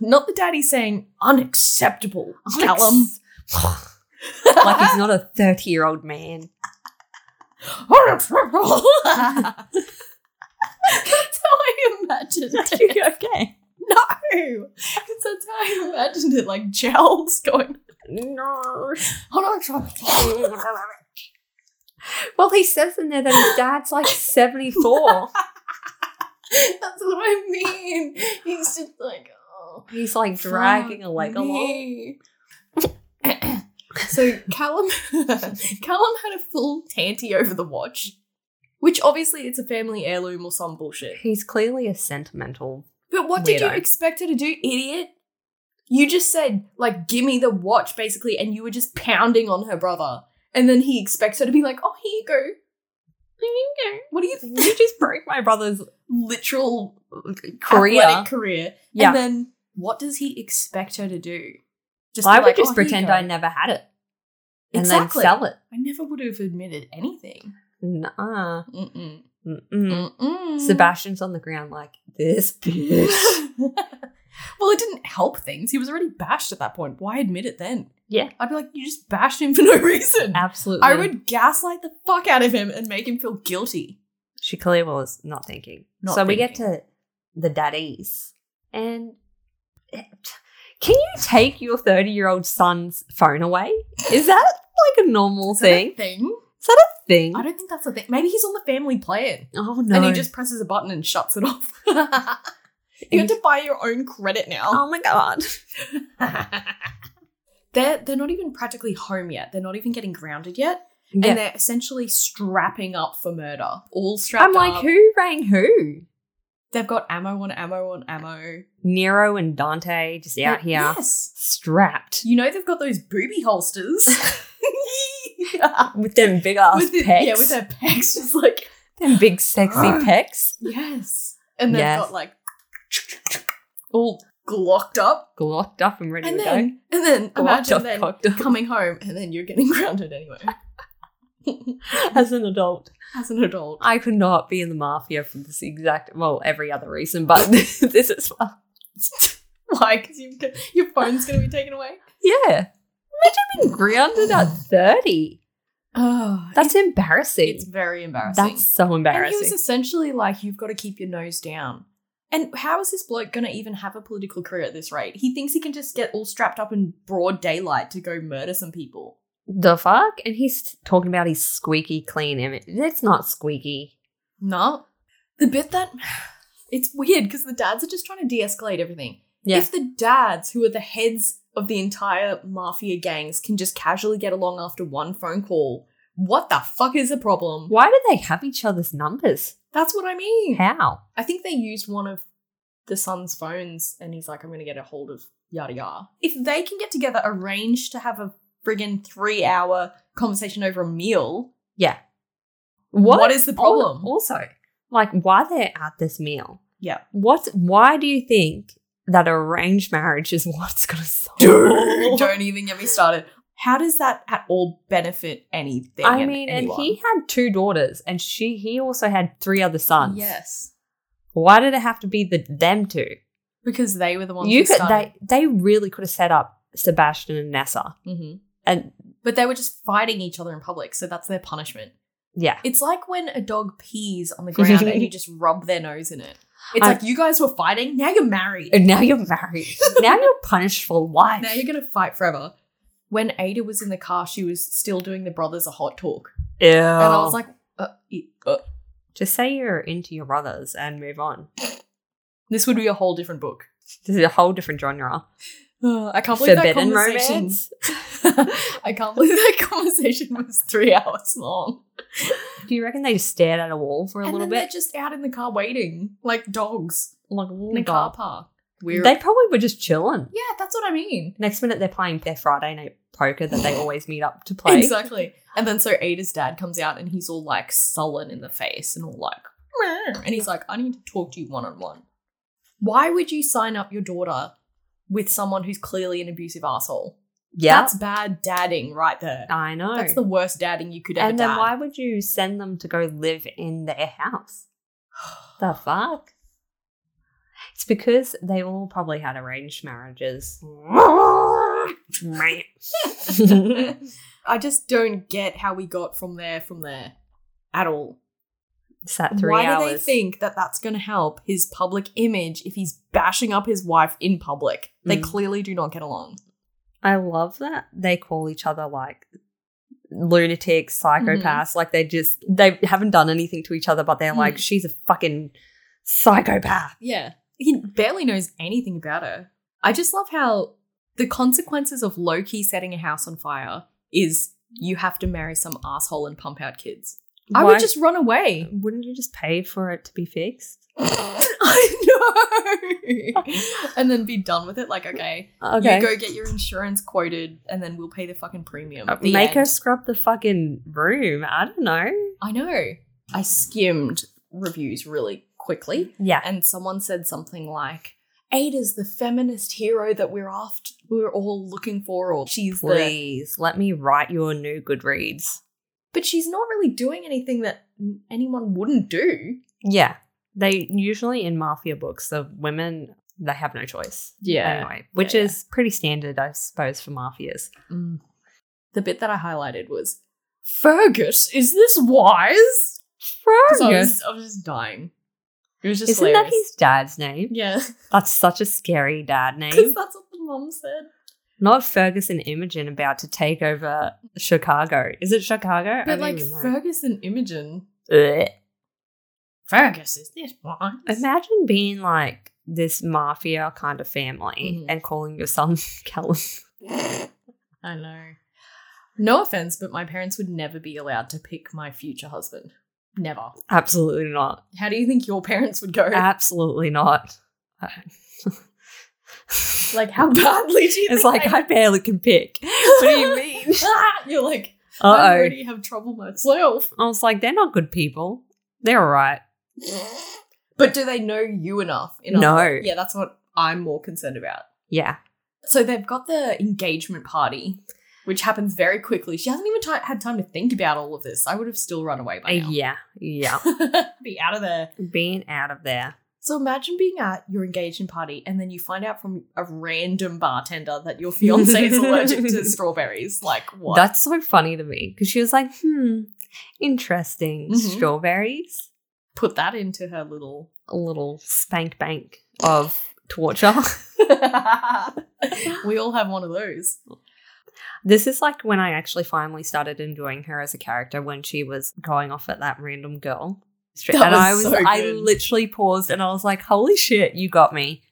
[SPEAKER 1] Not the daddy saying, unacceptable, Callum.
[SPEAKER 2] Alex. like he's not a thirty-year-old man.
[SPEAKER 1] Unacceptable. That's how I imagined it.
[SPEAKER 2] okay?
[SPEAKER 1] No, because that's how I imagined it. Like Jowls going,
[SPEAKER 2] No.
[SPEAKER 1] unacceptable.
[SPEAKER 2] well, he says in there that his dad's like seventy-four.
[SPEAKER 1] That's what I mean. He's just like, oh,
[SPEAKER 2] he's like dragging a leg along.
[SPEAKER 1] along. so Callum, Callum had a full tanty over the watch, which obviously it's a family heirloom or some bullshit.
[SPEAKER 2] He's clearly a sentimental.
[SPEAKER 1] But what did you
[SPEAKER 2] Weirdo.
[SPEAKER 1] expect her to do, idiot? You just said, like, give me the watch, basically, and you were just pounding on her brother. And then he expects her to be like, oh, here you go. Here you go. What do you think?
[SPEAKER 2] You just broke my brother's
[SPEAKER 1] Literal
[SPEAKER 2] career.
[SPEAKER 1] athletic career.
[SPEAKER 2] Yeah.
[SPEAKER 1] And then what does he expect her to do? Just
[SPEAKER 2] I
[SPEAKER 1] be
[SPEAKER 2] would
[SPEAKER 1] like,
[SPEAKER 2] just
[SPEAKER 1] "Oh, here you
[SPEAKER 2] pretend
[SPEAKER 1] go."
[SPEAKER 2] I never had it and
[SPEAKER 1] Exactly.
[SPEAKER 2] then sell it.
[SPEAKER 1] I never would have admitted anything.
[SPEAKER 2] Nah.
[SPEAKER 1] Mm-mm. Mm.
[SPEAKER 2] Mm-mm.
[SPEAKER 1] Mm-mm.
[SPEAKER 2] Sebastian's on the ground like this bitch.
[SPEAKER 1] well, it didn't help things. He was already bashed at that point. Why admit it then?
[SPEAKER 2] Yeah.
[SPEAKER 1] I'd be like, you just bashed him for no reason.
[SPEAKER 2] Absolutely.
[SPEAKER 1] I would gaslight the fuck out of him and make him feel guilty.
[SPEAKER 2] She clearly was not thinking.
[SPEAKER 1] Not
[SPEAKER 2] so we get to the daddies. And it- can you take your 30 year old son's phone away? Is that like a normal
[SPEAKER 1] Is that a
[SPEAKER 2] thing?
[SPEAKER 1] thing?
[SPEAKER 2] Is that a thing?
[SPEAKER 1] I don't think that's a thing. Maybe he's on the family plan
[SPEAKER 2] Oh no.
[SPEAKER 1] and he just presses a button and shuts it off. you have to buy your own credit now.
[SPEAKER 2] Oh my god. Oh.
[SPEAKER 1] they're they're not even practically home yet. They're not even getting grounded yet,
[SPEAKER 2] Yeah.
[SPEAKER 1] and they're essentially strapping up for murder. All strapped
[SPEAKER 2] I'm like,
[SPEAKER 1] up.
[SPEAKER 2] who rang who?
[SPEAKER 1] They've got ammo on ammo on ammo.
[SPEAKER 2] Nero and Dante just out here
[SPEAKER 1] Yes.
[SPEAKER 2] strapped
[SPEAKER 1] You know they've got those booby holsters.
[SPEAKER 2] with them big ass
[SPEAKER 1] with the-
[SPEAKER 2] pecs.
[SPEAKER 1] Yeah, with their pecs just like
[SPEAKER 2] them big sexy pecs.
[SPEAKER 1] Yes. And they've
[SPEAKER 2] Yes.
[SPEAKER 1] got like all glocked up.
[SPEAKER 2] Glocked up and ready
[SPEAKER 1] And
[SPEAKER 2] to
[SPEAKER 1] then, and then
[SPEAKER 2] go. Glocked
[SPEAKER 1] imagine
[SPEAKER 2] up,
[SPEAKER 1] then
[SPEAKER 2] cocked up
[SPEAKER 1] coming home and then you're getting grounded anyway
[SPEAKER 2] as an adult.
[SPEAKER 1] as an adult.
[SPEAKER 2] I could not be in the mafia for this exact, well, every other reason, but this is,
[SPEAKER 1] Why? Because you, your phone's going to be taken away.
[SPEAKER 2] yeah. Imagine being grounded at 30.
[SPEAKER 1] Oh,
[SPEAKER 2] That's embarrassing.
[SPEAKER 1] it's very embarrassing.
[SPEAKER 2] That's so
[SPEAKER 1] and he was
[SPEAKER 2] embarrassing.
[SPEAKER 1] essentially like, you've got to keep your nose down. And how is this bloke going to even have a political career at this rate? He thinks he can just get all strapped up in broad daylight to go murder some people.
[SPEAKER 2] the fuck? And he's talking about his squeaky clean image. It's not squeaky.
[SPEAKER 1] No. The bit that it's weird because the dads are just trying to de-escalate everything.
[SPEAKER 2] Yeah.
[SPEAKER 1] If the dads, who are the heads of the entire mafia gangs, can just casually get along after one phone call, what the fuck is the problem?
[SPEAKER 2] Why do they have each other's numbers?
[SPEAKER 1] That's what I mean.
[SPEAKER 2] How?
[SPEAKER 1] I think they used one of the son's phones and he's like, I'm gonna get a hold of yada yada. If they can get together, arrange to have a friggin' three hour conversation over a meal, what is the
[SPEAKER 2] Al-
[SPEAKER 1] problem?
[SPEAKER 2] Also, like, why they're at this meal?
[SPEAKER 1] Yeah.
[SPEAKER 2] What? Why do you think that arranged marriage is what's gonna solve?
[SPEAKER 1] Dude, don't even get me started. How does that at all benefit anything?
[SPEAKER 2] I
[SPEAKER 1] and
[SPEAKER 2] mean,
[SPEAKER 1] anyone?
[SPEAKER 2] and he had two daughters, and she he also had three other sons.
[SPEAKER 1] yes,
[SPEAKER 2] Why did it have to be the them two?
[SPEAKER 1] because they were the ones
[SPEAKER 2] You
[SPEAKER 1] who
[SPEAKER 2] could
[SPEAKER 1] started.
[SPEAKER 2] they they really could have set up Sebastian and Nessa,
[SPEAKER 1] Mhm.
[SPEAKER 2] and
[SPEAKER 1] But they were just fighting each other in public, so that's their punishment.
[SPEAKER 2] yeah,
[SPEAKER 1] It's like when a dog pees on the ground and you just rub their nose in it. It's
[SPEAKER 2] I-
[SPEAKER 1] like you guys were fighting. Now you're married.
[SPEAKER 2] and now you're married. now you're punished for life.
[SPEAKER 1] Now you're gonna fight forever. When Ada was in the car, she was still doing the brothers a hot talk,
[SPEAKER 2] Ew.
[SPEAKER 1] and I
[SPEAKER 2] Oh.
[SPEAKER 1] was like, uh, e- uh.
[SPEAKER 2] just say you're into your brothers and move on.
[SPEAKER 1] "This would be a whole different book."
[SPEAKER 2] This is a whole different genre.
[SPEAKER 1] Uh, I can't believe
[SPEAKER 2] Forbidden
[SPEAKER 1] that conversation.
[SPEAKER 2] romance.
[SPEAKER 1] I can't believe that conversation was three hours long.
[SPEAKER 2] Do you reckon they just stared at a wall for a
[SPEAKER 1] and
[SPEAKER 2] little
[SPEAKER 1] then they're
[SPEAKER 2] bit?
[SPEAKER 1] just out in the car waiting, like dogs
[SPEAKER 2] Like,
[SPEAKER 1] in a car park. We're
[SPEAKER 2] They probably were just chilling.
[SPEAKER 1] yeah, that's what I mean.
[SPEAKER 2] Next minute, they're playing their Friday night poker that they always meet up to play.
[SPEAKER 1] Exactly. And then so Ada's dad comes out and he's all like sullen in the face and all like, "Meh." and he's like, I need to talk to you one on one. Why would you sign up your daughter with someone who's clearly an abusive asshole?
[SPEAKER 2] Yeah,
[SPEAKER 1] That's bad dadding right there.
[SPEAKER 2] I know.
[SPEAKER 1] That's the worst dadding you could ever
[SPEAKER 2] and then
[SPEAKER 1] dad.
[SPEAKER 2] why would you send them to go live in their house? The fuck? It's because they all probably had arranged marriages. Meh.
[SPEAKER 1] I just don't get how we got from there from there at all.
[SPEAKER 2] Sat three
[SPEAKER 1] Why
[SPEAKER 2] hours.
[SPEAKER 1] do they think that that's going to help his public image if he's bashing up his wife in public? They
[SPEAKER 2] Mm.
[SPEAKER 1] clearly do not get along.
[SPEAKER 2] I love that they call each other like lunatics, psychopaths.
[SPEAKER 1] Mm-hmm.
[SPEAKER 2] Like they just they haven't done anything to each other, but they're
[SPEAKER 1] Mm.
[SPEAKER 2] like, she's a fucking psychopath.
[SPEAKER 1] Yeah. He barely knows anything about her. I just love how the consequences of Loki setting a house on fire is you have to marry some asshole and pump out kids. I
[SPEAKER 2] Why-
[SPEAKER 1] would just run away.
[SPEAKER 2] wouldn't you just pay for it to be fixed?
[SPEAKER 1] I know. and then be done with it. Like, okay,
[SPEAKER 2] Okay.
[SPEAKER 1] you go get your insurance quoted and then we'll pay the fucking premium.
[SPEAKER 2] Uh,
[SPEAKER 1] at the
[SPEAKER 2] Make her
[SPEAKER 1] end.
[SPEAKER 2] scrub the fucking room. I don't know.
[SPEAKER 1] I know. I skimmed reviews really quickly,
[SPEAKER 2] Yeah.
[SPEAKER 1] and someone said something like, "Ada's the feminist hero that we're after, we're all looking for," or "She's the,"
[SPEAKER 2] Please let me write you a new Goodreads.
[SPEAKER 1] but she's not really doing anything that n- anyone wouldn't do.
[SPEAKER 2] Yeah. They usually in mafia books, the women they have no choice. Anyway. Which
[SPEAKER 1] yeah.
[SPEAKER 2] is pretty standard, I suppose, for mafias.
[SPEAKER 1] Mm. The bit that I highlighted was, "Fergus, is this wise?" 'Cause I was, I was just dying. It was just
[SPEAKER 2] Isn't that
[SPEAKER 1] hilarious.
[SPEAKER 2] his dad's name?
[SPEAKER 1] yeah,
[SPEAKER 2] That's such a scary dad
[SPEAKER 1] because
[SPEAKER 2] name.
[SPEAKER 1] that's what the mom said.
[SPEAKER 2] Not Fergus and Imogen about to take over Chicago. Is it Chicago? I
[SPEAKER 1] But
[SPEAKER 2] don't
[SPEAKER 1] like
[SPEAKER 2] even know.
[SPEAKER 1] Fergus and Imogen,
[SPEAKER 2] Ugh.
[SPEAKER 1] Fergus, is this wise?
[SPEAKER 2] Imagine being like this mafia kind of family
[SPEAKER 1] Mhm.
[SPEAKER 2] and calling your son Callum.
[SPEAKER 1] I know. No offense, but my parents would never be allowed to pick my future husband. Never.
[SPEAKER 2] Absolutely not.
[SPEAKER 1] How do you think your parents would go?
[SPEAKER 2] Absolutely not.
[SPEAKER 1] like, how badly do you
[SPEAKER 2] It's
[SPEAKER 1] think
[SPEAKER 2] like
[SPEAKER 1] they-
[SPEAKER 2] I barely can pick. What do you mean?
[SPEAKER 1] Ah! You're like, I
[SPEAKER 2] Uh oh.
[SPEAKER 1] already have trouble myself.
[SPEAKER 2] I was like, they're not good people. They're all right.
[SPEAKER 1] But do they know you enough? enough?
[SPEAKER 2] No.
[SPEAKER 1] Yeah, that's what I'm more concerned about.
[SPEAKER 2] Yeah.
[SPEAKER 1] So they've got the engagement party, which happens very quickly. She hasn't even ti had time to think about all of this. I would have still run away by now.
[SPEAKER 2] Yeah. Yeah.
[SPEAKER 1] be out of there.
[SPEAKER 2] Being out of there.
[SPEAKER 1] So imagine being at your engagement party and then you find out from a random bartender that your fiance is allergic to strawberries. Like what?
[SPEAKER 2] That's so funny to me because she was like, hmm, interesting.
[SPEAKER 1] Mhm.
[SPEAKER 2] Strawberries,
[SPEAKER 1] Put that into her little.
[SPEAKER 2] a little spank bank of torture.
[SPEAKER 1] we all have one of those.
[SPEAKER 2] this is like when I actually finally started enjoying her as a character when she was going off at that random girl.
[SPEAKER 1] That
[SPEAKER 2] and
[SPEAKER 1] was
[SPEAKER 2] I was,
[SPEAKER 1] so
[SPEAKER 2] I
[SPEAKER 1] good.
[SPEAKER 2] literally paused and I was like, holy shit, you got me.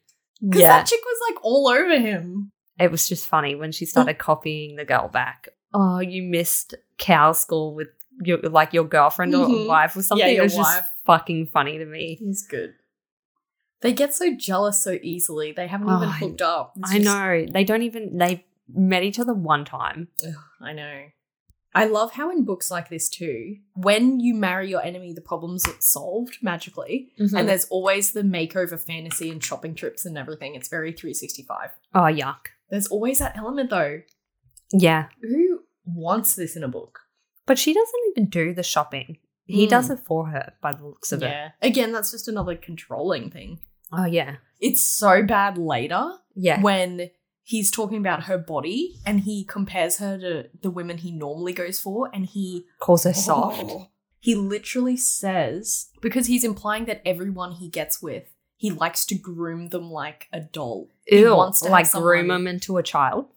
[SPEAKER 1] Because
[SPEAKER 2] Yeah.
[SPEAKER 1] that chick was like all over him.
[SPEAKER 2] it was just funny when she started
[SPEAKER 1] Mm.
[SPEAKER 2] copying the girl back. Oh, you missed cow school with your, like your girlfriend or
[SPEAKER 1] Mhm.
[SPEAKER 2] wife or something.
[SPEAKER 1] your
[SPEAKER 2] it was
[SPEAKER 1] wife.
[SPEAKER 2] just fucking funny to me.
[SPEAKER 1] He's good. They get so jealous so easily. They haven't
[SPEAKER 2] Oh,
[SPEAKER 1] even
[SPEAKER 2] I-
[SPEAKER 1] hooked up. It's
[SPEAKER 2] I
[SPEAKER 1] just-
[SPEAKER 2] know. They don't even they met each other one time.
[SPEAKER 1] I know. I love how in books like this too, when you marry your enemy, the problem's solved magically.
[SPEAKER 2] Mm.
[SPEAKER 1] And there's always the makeover fantasy and shopping trips and everything. It's very 365.
[SPEAKER 2] oh yuck.
[SPEAKER 1] There's always that element though.
[SPEAKER 2] Yeah.
[SPEAKER 1] Who wants this in a book?
[SPEAKER 2] But she doesn't even do the shopping. He
[SPEAKER 1] Mm.
[SPEAKER 2] does it for her by the looks of it.
[SPEAKER 1] Again, that's just another controlling thing.
[SPEAKER 2] Oh yeah.
[SPEAKER 1] It's so bad later
[SPEAKER 2] Yeah.
[SPEAKER 1] when he's talking about her body and he compares her to the women he normally goes for and he Oh.
[SPEAKER 2] Calls her soft.
[SPEAKER 1] He literally says because he's implying that everyone he gets with, he likes to groom them like a doll. He
[SPEAKER 2] Ew.
[SPEAKER 1] wants to have
[SPEAKER 2] like
[SPEAKER 1] someone-
[SPEAKER 2] groom him into a child.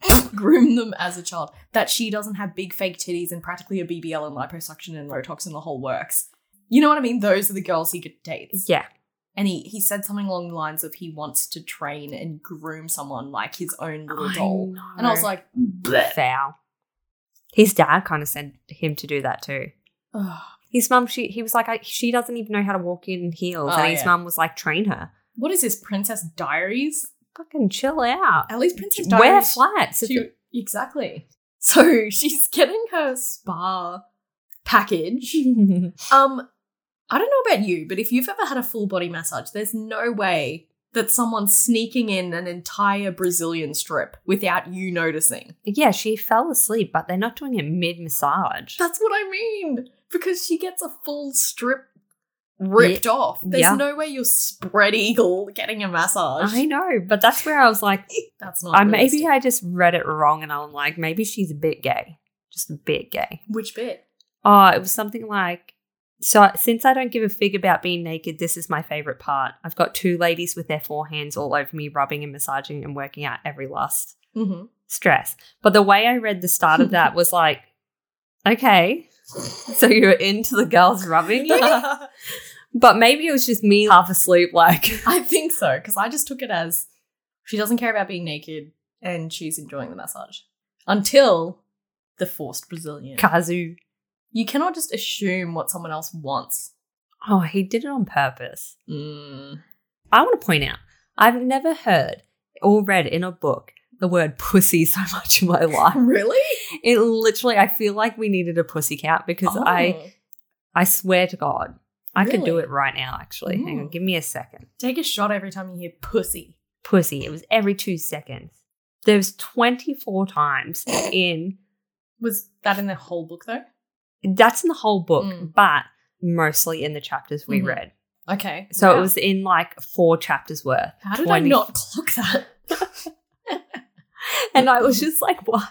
[SPEAKER 1] groom them as a child. That she doesn't have big fake titties and practically a BBL and liposuction and Botox and the whole works. You know what I mean? Those are the girls he could date.
[SPEAKER 2] Yeah.
[SPEAKER 1] And he, he said something along the lines of he wants to train and groom someone like his own little doll. And I was like, bleh.
[SPEAKER 2] foul. His dad kind of sent him to do that too.
[SPEAKER 1] Ugh.
[SPEAKER 2] His mum, she he was like, I, she doesn't even know how to walk in heels,
[SPEAKER 1] Oh,
[SPEAKER 2] and his
[SPEAKER 1] yeah.
[SPEAKER 2] mum was like, train her.
[SPEAKER 1] What is this, Princess Diaries?
[SPEAKER 2] Fucking chill out.
[SPEAKER 1] At least Princess
[SPEAKER 2] Wear
[SPEAKER 1] Diaries.
[SPEAKER 2] flats. if
[SPEAKER 1] She-
[SPEAKER 2] you-
[SPEAKER 1] exactly. So she's getting her spa package. Um, I don't know about you, but if you've ever had a full body massage, there's no way that someone's sneaking in an entire Brazilian strip without you noticing.
[SPEAKER 2] yeah, she fell asleep, but they're not doing it mid massage.
[SPEAKER 1] That's what I mean. Because she gets a full strip ripped off. There's
[SPEAKER 2] Yeah.
[SPEAKER 1] no way you're spread eagle getting a massage.
[SPEAKER 2] I know, but that's where I was like,
[SPEAKER 1] That's not
[SPEAKER 2] I maybe
[SPEAKER 1] realistic.
[SPEAKER 2] I just read it wrong, and I'm like, maybe she's a bit gay, just a bit gay.
[SPEAKER 1] Which bit?
[SPEAKER 2] Oh, it was something like, so since I don't give a fig about being naked, this is my favorite part. I've got two ladies with their forehands all over me, rubbing and massaging and working out every lust
[SPEAKER 1] Mm-hmm.
[SPEAKER 2] stress. But the way I read the start of that was like, okay, so you're into the girls rubbing you, but maybe it was just me half asleep, like.
[SPEAKER 1] I think so, because I just took it as she doesn't care about being naked and she's enjoying the massage. Until the forced Brazilian.
[SPEAKER 2] Kazu.
[SPEAKER 1] You cannot just assume what someone else wants.
[SPEAKER 2] Oh, he did it on purpose.
[SPEAKER 1] Mm.
[SPEAKER 2] I want to point out, I've never heard or read in a book the word pussy so much in my life.
[SPEAKER 1] Really?
[SPEAKER 2] It literally, I feel like we needed a pussy count because I, I swear to God, I could do
[SPEAKER 1] Oh. Really?
[SPEAKER 2] it right now. Actually, hang on,
[SPEAKER 1] Mm.
[SPEAKER 2] give me a second.
[SPEAKER 1] take a shot every time you hear pussy.
[SPEAKER 2] Pussy. It was every two seconds. There was twenty four times in.
[SPEAKER 1] Was that in the whole book though?
[SPEAKER 2] That's in the whole book,
[SPEAKER 1] Mm.
[SPEAKER 2] but mostly in the chapters we
[SPEAKER 1] Mhm.
[SPEAKER 2] read.
[SPEAKER 1] Okay.
[SPEAKER 2] So it
[SPEAKER 1] Wow.
[SPEAKER 2] was in like four chapters worth.
[SPEAKER 1] How did
[SPEAKER 2] 20.
[SPEAKER 1] I not clock that?
[SPEAKER 2] And I was just like, why?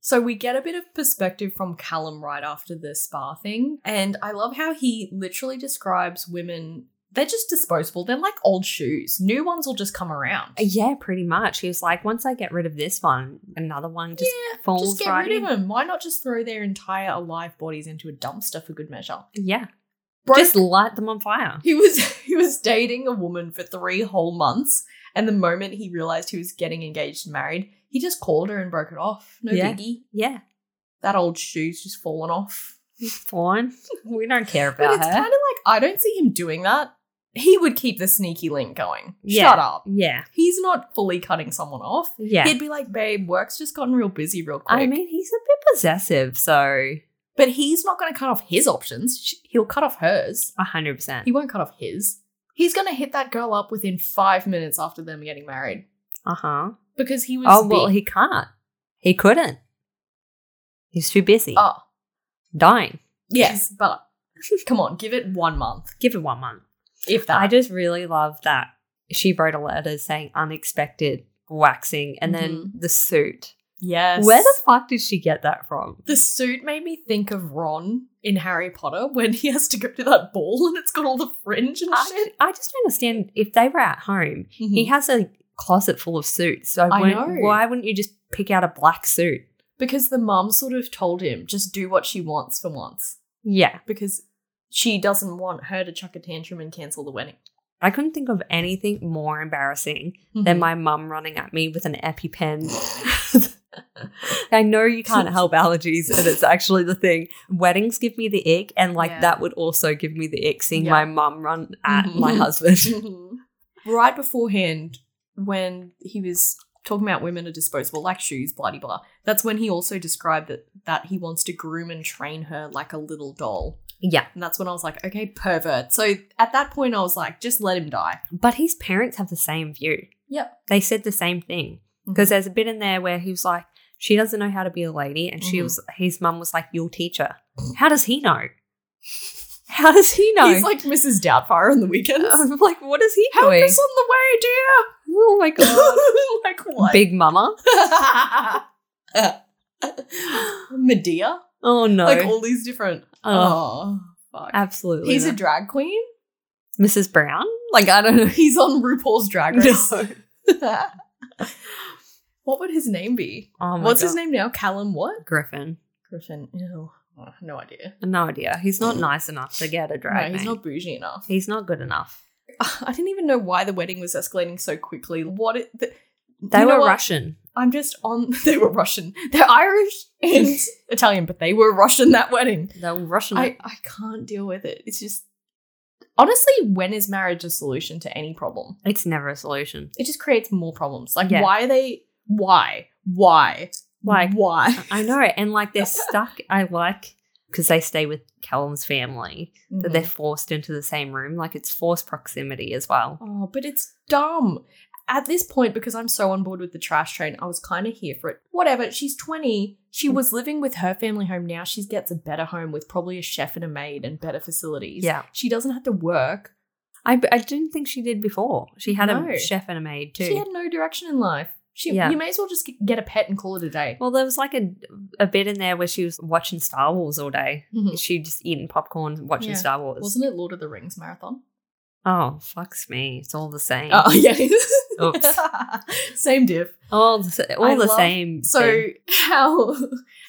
[SPEAKER 1] So we get a bit of perspective from Callum right after the spa thing. And I love how he literally describes women. They're just disposable. They're like old shoes. New ones will just come around.
[SPEAKER 2] Yeah, pretty much. He was like, once I get rid of this one, another one just
[SPEAKER 1] yeah.
[SPEAKER 2] falls
[SPEAKER 1] Just get
[SPEAKER 2] right
[SPEAKER 1] rid
[SPEAKER 2] in.
[SPEAKER 1] of them. Why not just throw their entire alive bodies into a dumpster for good measure?
[SPEAKER 2] Yeah,
[SPEAKER 1] Broke
[SPEAKER 2] just light them on fire.
[SPEAKER 1] He was he was dating a woman for three whole months, and the moment he realized he was getting engaged and married, he just called her and broke it off. No
[SPEAKER 2] Yeah.
[SPEAKER 1] biggie.
[SPEAKER 2] Yeah,
[SPEAKER 1] That old shoe's just fallen off.
[SPEAKER 2] it's fine. we don't care
[SPEAKER 1] But
[SPEAKER 2] about
[SPEAKER 1] it's
[SPEAKER 2] her.
[SPEAKER 1] kind of like I don't see him doing that. He would keep the sneaky link going.
[SPEAKER 2] Yeah.
[SPEAKER 1] Shut up.
[SPEAKER 2] yeah,
[SPEAKER 1] He's not fully cutting someone off.
[SPEAKER 2] yeah.
[SPEAKER 1] He'd be like, "Babe, work's just gotten real busy, real quick."
[SPEAKER 2] I mean, he's a bit possessive, so
[SPEAKER 1] but he's not going to cut off his options. Sh- He'll cut off hers.
[SPEAKER 2] hundred percent.
[SPEAKER 1] He won't cut off his. He's going to hit that girl up within five minutes after them getting married.
[SPEAKER 2] Uh huh.
[SPEAKER 1] because he was.
[SPEAKER 2] Oh well,
[SPEAKER 1] big.
[SPEAKER 2] he can't. He couldn't. He's too busy.
[SPEAKER 1] Oh
[SPEAKER 2] Dying.
[SPEAKER 1] yes, but come on, give it one month,
[SPEAKER 2] Give it one month.
[SPEAKER 1] if that.
[SPEAKER 2] I just really love that she wrote a letter saying unexpected waxing, and then the suit.
[SPEAKER 1] Mm-hmm. yes.
[SPEAKER 2] Where the fuck did she get that from?
[SPEAKER 1] the suit made me think of Ron in Harry Potter when he has to go to that ball and it's got all the fringe and
[SPEAKER 2] I,
[SPEAKER 1] shit.
[SPEAKER 2] ju- I just don't understand if they were at home. He
[SPEAKER 1] Mhm.
[SPEAKER 2] has a closet full of suits, so
[SPEAKER 1] I
[SPEAKER 2] when-
[SPEAKER 1] know.
[SPEAKER 2] why wouldn't you just pick out a black suit?
[SPEAKER 1] because the mum sort of told him just do what she wants for once
[SPEAKER 2] Yeah,
[SPEAKER 1] because she doesn't want her to chuck a tantrum and cancel the wedding.
[SPEAKER 2] I couldn't think of anything more embarrassing
[SPEAKER 1] Mhm. Hmm.
[SPEAKER 2] than my mum running at me with an EpiPen. I know you can't help allergies, and it's actually the thing. Weddings give me the ick, and like
[SPEAKER 1] Yeah.
[SPEAKER 2] that would also give me the ick seeing
[SPEAKER 1] Yeah.
[SPEAKER 2] my mum run at
[SPEAKER 1] Mhm.
[SPEAKER 2] my husband.
[SPEAKER 1] Mhm. right beforehand when he was talking about women are disposable like shoes blah blah blah that's when he also described that that he wants to groom and train her like a little doll
[SPEAKER 2] yeah,
[SPEAKER 1] and that's when i was like okay pervert so at that point i was like just let him die
[SPEAKER 2] but his parents have the same view.
[SPEAKER 1] yep Mm-hmm.
[SPEAKER 2] They said the same thing. because there's a bit in there where he was like, she doesn't know how to be a lady, and she
[SPEAKER 1] Mhm.
[SPEAKER 2] was his mum was like, you'll teach her. How does he know? How does he know?
[SPEAKER 1] he's like mrs doubtfire on the weekends
[SPEAKER 2] I'm like, what is he
[SPEAKER 1] help
[SPEAKER 2] doing?
[SPEAKER 1] us on the way dear
[SPEAKER 2] Oh my god,
[SPEAKER 1] like what
[SPEAKER 2] Big Mama.
[SPEAKER 1] medea
[SPEAKER 2] Oh no,
[SPEAKER 1] like all these different
[SPEAKER 2] oh,
[SPEAKER 1] oh fuck
[SPEAKER 2] absolutely.
[SPEAKER 1] he's a
[SPEAKER 2] not.
[SPEAKER 1] drag queen
[SPEAKER 2] Mrs. Brown. Like I don't know.
[SPEAKER 1] He's on RuPaul's Drag Race.
[SPEAKER 2] No.
[SPEAKER 1] what would his name be?
[SPEAKER 2] Oh my
[SPEAKER 1] What's his
[SPEAKER 2] God.
[SPEAKER 1] name now? Callum what?
[SPEAKER 2] Griffin.
[SPEAKER 1] Griffin. Ew. Oh, no idea.
[SPEAKER 2] No idea. He's not nice enough to get a
[SPEAKER 1] no,
[SPEAKER 2] drag.
[SPEAKER 1] he's
[SPEAKER 2] name.
[SPEAKER 1] not bougie enough.
[SPEAKER 2] He's not good enough.
[SPEAKER 1] I didn't even know why the wedding was escalating so quickly. What it, the,
[SPEAKER 2] They
[SPEAKER 1] you know
[SPEAKER 2] were
[SPEAKER 1] what?
[SPEAKER 2] Russian.
[SPEAKER 1] I'm just on. They were Russian. They're Irish and Italian, but they were Russian that wedding.
[SPEAKER 2] They were Russian.
[SPEAKER 1] I, I can't deal with it. It's just honestly, when is marriage a solution to any problem?
[SPEAKER 2] It's never a solution.
[SPEAKER 1] It just creates more problems. Like,
[SPEAKER 2] Yeah.
[SPEAKER 1] why are they? Why? Why?
[SPEAKER 2] Like-
[SPEAKER 1] why?
[SPEAKER 2] I know. And like they're stuck. I like because they stay with Callum's family,
[SPEAKER 1] Mm.
[SPEAKER 2] that they're forced into the same room. Like it's forced proximity as well.
[SPEAKER 1] Oh, but it's dumb. At this point, because I'm so on board with the trash train, I was kind of here for it. Whatever, she's 20. She
[SPEAKER 2] Mm.
[SPEAKER 1] was living with her family home now. She gets a better home with probably a chef and a maid and better facilities.
[SPEAKER 2] Yeah.
[SPEAKER 1] She doesn't have to work.
[SPEAKER 2] I, I didn't think she did before. She had
[SPEAKER 1] No.
[SPEAKER 2] a chef and a maid too.
[SPEAKER 1] She had no direction in life. She,
[SPEAKER 2] Yeah.
[SPEAKER 1] You may as well just g- get a pet and call it a day.
[SPEAKER 2] well, there was like a, a bit in there where she was watching Star Wars all day.
[SPEAKER 1] Mhm.
[SPEAKER 2] She just eating popcorn, watching
[SPEAKER 1] Yeah.
[SPEAKER 2] Star Wars.
[SPEAKER 1] Wasn't it Lord of the Rings marathon?
[SPEAKER 2] Oh, fucks me. It's all the same.
[SPEAKER 1] Oh, yeah.
[SPEAKER 2] Oops.
[SPEAKER 1] Same diff.
[SPEAKER 2] All the, sa- all
[SPEAKER 1] I
[SPEAKER 2] the
[SPEAKER 1] love-
[SPEAKER 2] same.
[SPEAKER 1] So how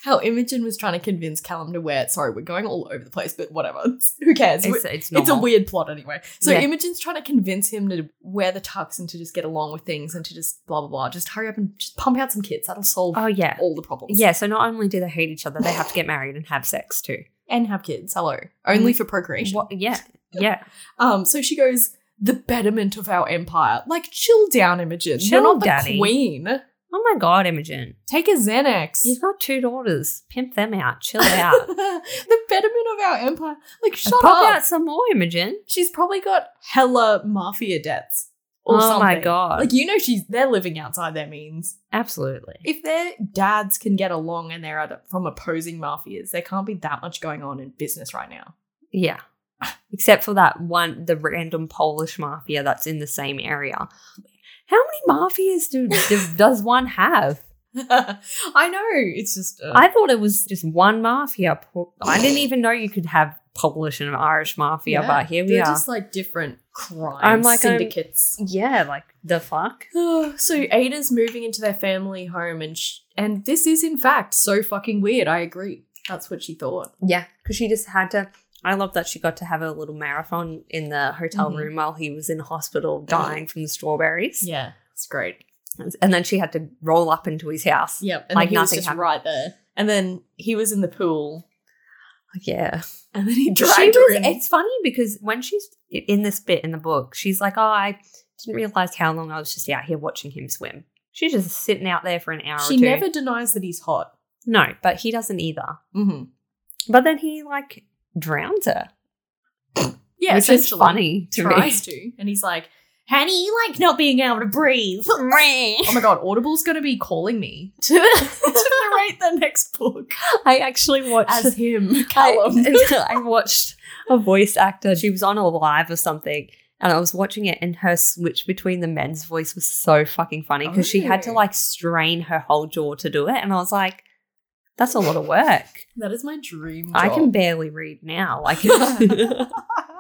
[SPEAKER 1] how Imogen was trying to convince Callum to wear it. Sorry, we're going all over the place, but whatever. It's- who cares?
[SPEAKER 2] thing. it's,
[SPEAKER 1] It's
[SPEAKER 2] it's,
[SPEAKER 1] a
[SPEAKER 2] normal.
[SPEAKER 1] weird plot anyway. So
[SPEAKER 2] Yeah.
[SPEAKER 1] Imogen's trying to convince him to wear the tux and to just get along with things and to just blah blah blah. Just hurry up and just pump out some kids. That'll solve
[SPEAKER 2] Oh yeah,
[SPEAKER 1] all the problems.
[SPEAKER 2] yeah. So not only do they hate each other, they have to get married and have sex too.
[SPEAKER 1] And have kids. Hello. Only for procreation.
[SPEAKER 2] Mm. What? Yeah, yeah.
[SPEAKER 1] Um so she goes, the betterment of our empire. Like chill down, Imogen.
[SPEAKER 2] Chill, eh?
[SPEAKER 1] You're not the
[SPEAKER 2] Daddy.
[SPEAKER 1] queen.
[SPEAKER 2] Oh my god, Imogen,
[SPEAKER 1] Take a Xanax.
[SPEAKER 2] you've got two daughters. Pimp them out. Chill out.
[SPEAKER 1] the betterment of our empire. Like shut
[SPEAKER 2] Pop
[SPEAKER 1] up.
[SPEAKER 2] out some more, Imogen.
[SPEAKER 1] She's probably got hella mafia debts. Or
[SPEAKER 2] oh
[SPEAKER 1] something.
[SPEAKER 2] my god.
[SPEAKER 1] Like you know she's they're living outside their means.
[SPEAKER 2] Absolutely.
[SPEAKER 1] If their dads can get along and they're at, from opposing mafias, there can't be that much going on in business right now.
[SPEAKER 2] yeah. Except for that one, the random Polish mafia that's in the same area. How many mafias do, do does one have?
[SPEAKER 1] I know. It's just uh,
[SPEAKER 2] I thought it was just one mafia. Po- I didn't even know you could have Polish and Irish mafia,
[SPEAKER 1] Yeah,
[SPEAKER 2] but here we
[SPEAKER 1] they're
[SPEAKER 2] are.
[SPEAKER 1] just like different crime
[SPEAKER 2] I'm like, I'm-
[SPEAKER 1] syndicates.
[SPEAKER 2] yeah, like the fuck.
[SPEAKER 1] so Ada's moving into their family home, and sh- and this is in fact so fucking weird. I agree. That's what she thought.
[SPEAKER 2] Yeah, because she just had to. I love that she got to have a little marathon in the hotel
[SPEAKER 1] Mhm.
[SPEAKER 2] room while he was in hospital dying from the strawberries,
[SPEAKER 1] Yeah, it's great.
[SPEAKER 2] and then she had to roll up into his house.
[SPEAKER 1] Yep, and
[SPEAKER 2] Like
[SPEAKER 1] like he was
[SPEAKER 2] nothing
[SPEAKER 1] just
[SPEAKER 2] happened.
[SPEAKER 1] right there. And then he was in the pool,
[SPEAKER 2] Yeah,
[SPEAKER 1] and then he
[SPEAKER 2] she
[SPEAKER 1] dragged her
[SPEAKER 2] was,
[SPEAKER 1] in.
[SPEAKER 2] it's funny because when she's in this bit in the book, she's like, "Oh, I didn't realize how long I was just out here watching him swim." She's just sitting out there for an hour.
[SPEAKER 1] She
[SPEAKER 2] or two.
[SPEAKER 1] never denies that he's hot.
[SPEAKER 2] No, but he doesn't either.
[SPEAKER 1] Mm-hmm.
[SPEAKER 2] But then he like drowns her,
[SPEAKER 1] Yeah,
[SPEAKER 2] which is
[SPEAKER 1] essentially.
[SPEAKER 2] funny to me.
[SPEAKER 1] tries to, and he's like, "Honey, you like not being able to breathe." oh
[SPEAKER 2] I
[SPEAKER 1] my god, Audible's gonna be calling me to, to narrate the next book
[SPEAKER 2] actually watched
[SPEAKER 1] as him, Callum.
[SPEAKER 2] I, I watched a voice actor. She was on a live or something, and I was watching it, and her switch between the men's voice was so fucking funny because she had to
[SPEAKER 1] Oh.
[SPEAKER 2] like strain her whole jaw to do it, and I was like, "That's a lot of work.
[SPEAKER 1] that is my dream.
[SPEAKER 2] I can
[SPEAKER 1] job.
[SPEAKER 2] barely read now." Like,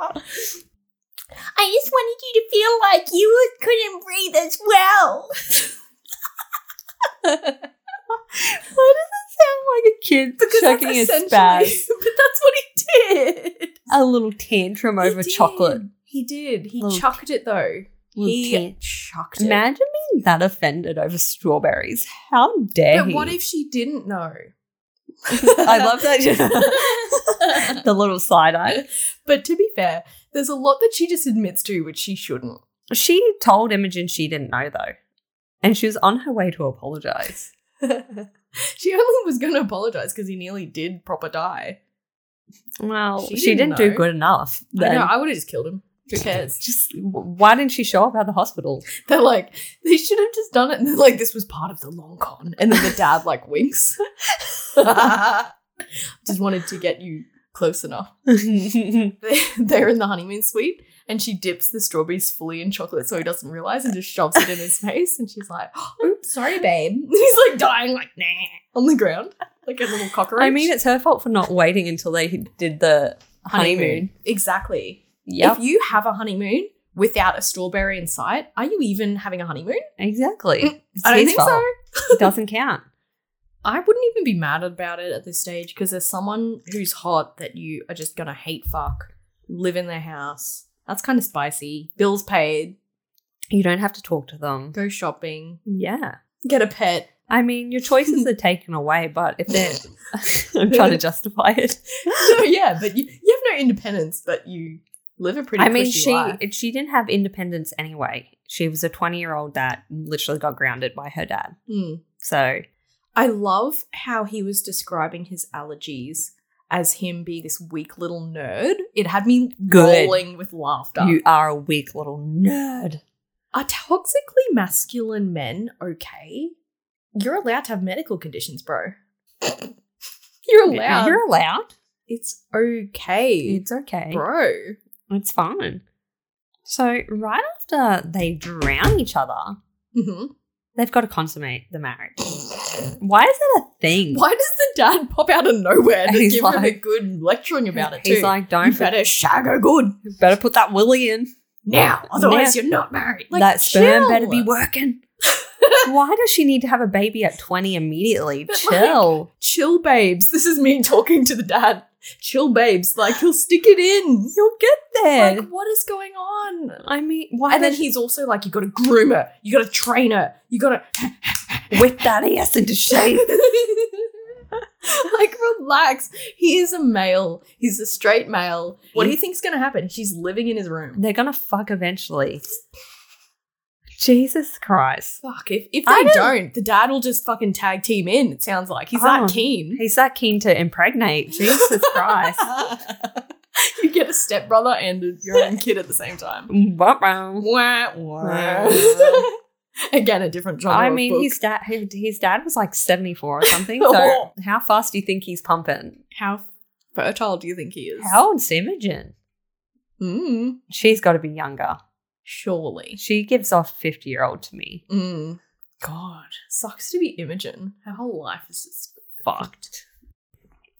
[SPEAKER 2] I
[SPEAKER 3] just wanted you to feel like you couldn't breathe as well.
[SPEAKER 2] sound like a kid chucking his
[SPEAKER 1] essentially-
[SPEAKER 2] spaz,
[SPEAKER 1] but that's what he did.
[SPEAKER 2] a little tantrum over
[SPEAKER 1] He did.
[SPEAKER 2] chocolate.
[SPEAKER 1] He did. He
[SPEAKER 2] Little-
[SPEAKER 1] chucked it though.
[SPEAKER 2] Little
[SPEAKER 1] He
[SPEAKER 2] tan-
[SPEAKER 1] chucked it.
[SPEAKER 2] Imagine being that offended over strawberries. How dare
[SPEAKER 1] But
[SPEAKER 2] he?
[SPEAKER 1] what if she didn't know?
[SPEAKER 2] I love that. the little side eye.
[SPEAKER 1] But to be fair, there's a lot that she just admits to which she shouldn't.
[SPEAKER 2] She told Imogen she didn't know though, and she was on her way to apologize.
[SPEAKER 1] she only was going to apologize because he nearly did proper die.
[SPEAKER 2] Well, she,
[SPEAKER 1] She
[SPEAKER 2] didn't,
[SPEAKER 1] didn't
[SPEAKER 2] do
[SPEAKER 1] know.
[SPEAKER 2] good enough. Then.
[SPEAKER 1] I know, I would have just killed him. Who cares?
[SPEAKER 2] Just w- why didn't she show up at the hospital?
[SPEAKER 1] They're like, they should have just done it. And they're like, this was part of the long con. And then the dad, like, winks. just wanted to get you close enough.
[SPEAKER 2] That's
[SPEAKER 1] They're in the honeymoon suite. And she dips the strawberries fully in chocolate so he doesn't realize and just shoves it in his face. And she's like, oops, sorry, babe. He's like dying, like, nah, on the ground, like a little cockroach.
[SPEAKER 2] I mean, it's her fault for not waiting until they did the honeymoon.
[SPEAKER 1] Exactly.
[SPEAKER 2] Yep,
[SPEAKER 1] If you have a honeymoon without a strawberry in sight, are you even having a honeymoon?
[SPEAKER 2] exactly.
[SPEAKER 1] Mm,
[SPEAKER 2] It's
[SPEAKER 1] I don't
[SPEAKER 2] his
[SPEAKER 1] think
[SPEAKER 2] fault. It doesn't count.
[SPEAKER 1] I wouldn't even be mad about it at this stage because there's someone who's hot that you are just gonna hate fuck, live in their house. That's kind of spicy. Bills paid,
[SPEAKER 2] You don't have to talk to them.
[SPEAKER 1] go shopping,
[SPEAKER 2] Yeah.
[SPEAKER 1] get a pet.
[SPEAKER 2] I mean, your choices are taken away, but if they're, I'm trying to justify it.
[SPEAKER 1] so yeah, but you, you have no independence, but you live a pretty.
[SPEAKER 2] I mean,
[SPEAKER 1] cushy
[SPEAKER 2] she
[SPEAKER 1] life.
[SPEAKER 2] she didn't have independence anyway. She was a twenty year old that literally got grounded by her dad.
[SPEAKER 1] Hmm.
[SPEAKER 2] So
[SPEAKER 1] I love how he was describing his allergies as him being this weak little nerd. It had me
[SPEAKER 2] Good.
[SPEAKER 1] rolling with laughter.
[SPEAKER 2] you are a weak little nerd.
[SPEAKER 1] are toxically masculine men okay? You're allowed to have medical conditions, bro. You're allowed.
[SPEAKER 2] You're allowed.
[SPEAKER 1] it's okay,
[SPEAKER 2] It's okay.
[SPEAKER 1] bro.
[SPEAKER 2] It's fine. So right after they drown each other,
[SPEAKER 1] Mhm.
[SPEAKER 2] they've got to consummate the marriage. Why is that a thing?
[SPEAKER 1] Why does the dad pop out of nowhere to
[SPEAKER 2] He's
[SPEAKER 1] give him a
[SPEAKER 2] like-
[SPEAKER 1] good lecturing about it?
[SPEAKER 2] He's
[SPEAKER 1] too?
[SPEAKER 2] like,
[SPEAKER 1] you
[SPEAKER 2] don't
[SPEAKER 1] better shag her good
[SPEAKER 2] better put that willy in.
[SPEAKER 1] now, otherwise you're not married. Like,
[SPEAKER 2] that sperm
[SPEAKER 1] chill.
[SPEAKER 2] better be working. Why does she need to have a baby at 20 immediately?
[SPEAKER 1] But, like,
[SPEAKER 2] Chill.
[SPEAKER 1] chill babes this is me talking to the dad chill babes like he'll stick it in
[SPEAKER 2] You'll get there.
[SPEAKER 1] like what is going on
[SPEAKER 2] I mean, why
[SPEAKER 1] and then
[SPEAKER 2] does-
[SPEAKER 1] he's also like you gotta groom her you gotta train her you gotta
[SPEAKER 2] whip that ass into shape?
[SPEAKER 1] like relax he is a male he's a straight male what do you think's gonna happen she's living in his room
[SPEAKER 2] They're gonna fuck eventually. Jesus Christ.
[SPEAKER 1] fuck if, if
[SPEAKER 2] I
[SPEAKER 1] they
[SPEAKER 2] don't-
[SPEAKER 1] don't the dad will just fucking tag team in it sounds like he's
[SPEAKER 2] Oh.
[SPEAKER 1] that keen
[SPEAKER 2] He's that keen to impregnate. Jesus Christ.
[SPEAKER 1] you get a stepbrother and your own kid at the same time
[SPEAKER 2] Wow.
[SPEAKER 1] Wah, wah. Again, a different genre.
[SPEAKER 2] I
[SPEAKER 1] of
[SPEAKER 2] mean,
[SPEAKER 1] book.
[SPEAKER 2] his dad, his his dad was like 74 or something. So, how fast do you think he's pumping?
[SPEAKER 1] how fertile do you think he is?
[SPEAKER 2] How old's Imogen?
[SPEAKER 1] Mm,
[SPEAKER 2] She's got to be younger.
[SPEAKER 1] surely.
[SPEAKER 2] She gives off 50 year old to me.
[SPEAKER 1] Mm. God, sucks to be Imogen. Her whole life is just fucked.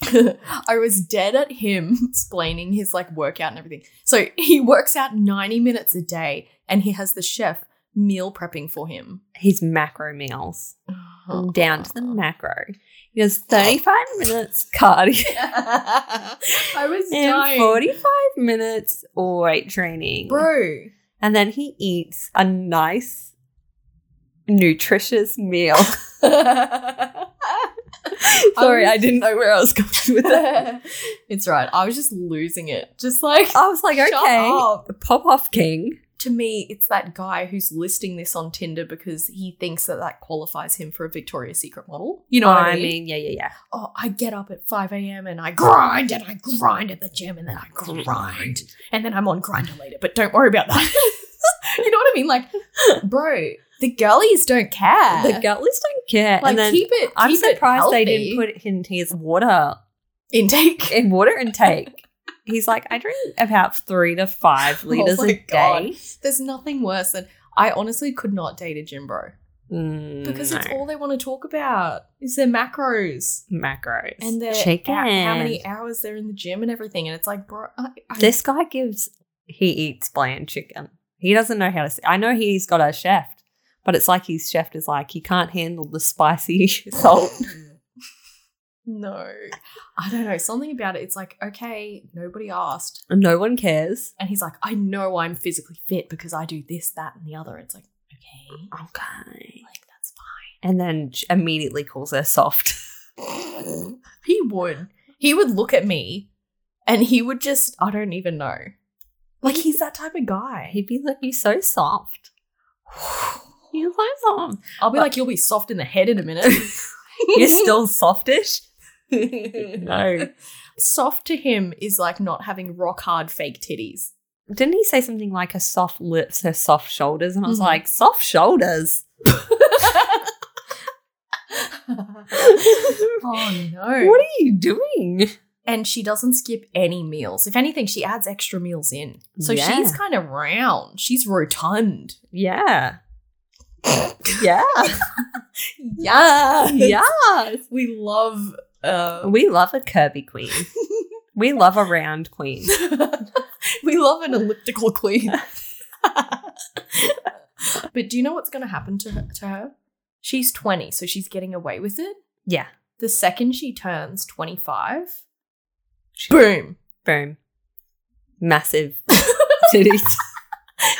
[SPEAKER 1] I was dead at him explaining his like workout and everything. So he works out 90 minutes a day and he has the chef meal prepping for him.
[SPEAKER 2] His macro meals
[SPEAKER 1] Uh-huh.
[SPEAKER 2] down to the macro. He does 35 minutes cardio
[SPEAKER 1] I was
[SPEAKER 2] and
[SPEAKER 1] dying.
[SPEAKER 2] 45 minutes weight training.
[SPEAKER 1] Bro,
[SPEAKER 2] And then he eats a nice, nutritious meal. Sorry,
[SPEAKER 1] Um,
[SPEAKER 2] I didn't know where I was going with that.
[SPEAKER 1] it's right. I was just losing it. Just like
[SPEAKER 2] I was Oh, like,
[SPEAKER 1] Shut
[SPEAKER 2] okay,
[SPEAKER 1] up.
[SPEAKER 2] pop off king.
[SPEAKER 1] to me, it's that guy who's listing this on Tinder because he thinks that that qualifies him for a Victoria's Secret model. You know what I mean?
[SPEAKER 2] yeah, yeah, yeah.
[SPEAKER 1] Oh, I get up at 5 a.m. and I grind and I grind at the gym and then I grind and then I'm on grinder later, but don't worry about that. you know what I mean? Like, bro, the girlies don't care.
[SPEAKER 2] The girlies don't care.
[SPEAKER 1] like,
[SPEAKER 2] and then
[SPEAKER 1] keep it.
[SPEAKER 2] I'm
[SPEAKER 1] keep it
[SPEAKER 2] surprised they
[SPEAKER 1] healthy.
[SPEAKER 2] didn't put it in his water
[SPEAKER 1] intake.
[SPEAKER 2] in water intake. He's like, I drink about three to five
[SPEAKER 1] Oh
[SPEAKER 2] liters
[SPEAKER 1] my
[SPEAKER 2] a day.
[SPEAKER 1] There's nothing worse than I honestly could not date a gym bro because
[SPEAKER 2] Mm,
[SPEAKER 1] it's all they want to talk about is their macros
[SPEAKER 2] macros
[SPEAKER 1] and their
[SPEAKER 2] chicken.
[SPEAKER 1] ho- how many hours they're in the gym and everything. And it's like, bro, I, I,
[SPEAKER 2] This guy gives. He eats bland chicken. He doesn't know how to. s- I know he's got a chef, but it's like his chef is like he can't handle the spicy salt.
[SPEAKER 1] no, I don't know. Something about it. It's like, okay, nobody asked,
[SPEAKER 2] And no one cares.
[SPEAKER 1] and he's like, I know I'm physically fit because I do this, that, and the other. It's like, okay,
[SPEAKER 2] Okay.
[SPEAKER 1] like that's fine.
[SPEAKER 2] And then j- immediately calls her soft.
[SPEAKER 1] He would. He would look at me, and he would just. I don't even know. Like he's that type of guy.
[SPEAKER 2] He'd be like, "You're so soft. You're so soft.
[SPEAKER 1] I'll be like, you'll be soft in the head in a minute.
[SPEAKER 2] You're still softish." no.
[SPEAKER 1] soft to him is like not having rock hard fake titties.
[SPEAKER 2] didn't he say something like her soft lips, her soft shoulders? And I was
[SPEAKER 1] Mhm.
[SPEAKER 2] like, soft shoulders?
[SPEAKER 1] oh no.
[SPEAKER 2] What are you doing?
[SPEAKER 1] and she doesn't skip any meals. If anything, she adds extra meals in. So
[SPEAKER 2] Yeah.
[SPEAKER 1] she's kind of round. She's rotund.
[SPEAKER 2] Yeah. yeah.
[SPEAKER 1] Yeah.
[SPEAKER 2] Yeah.
[SPEAKER 1] We love uh
[SPEAKER 2] We love a Kirby queen. We love a round queen.
[SPEAKER 1] we love an elliptical queen. but do you know what's going to happen to her, to her? She's 20, so she's getting away with it.
[SPEAKER 2] Yeah.
[SPEAKER 1] The second she turns 25, boom.
[SPEAKER 2] Boom. Massive titties.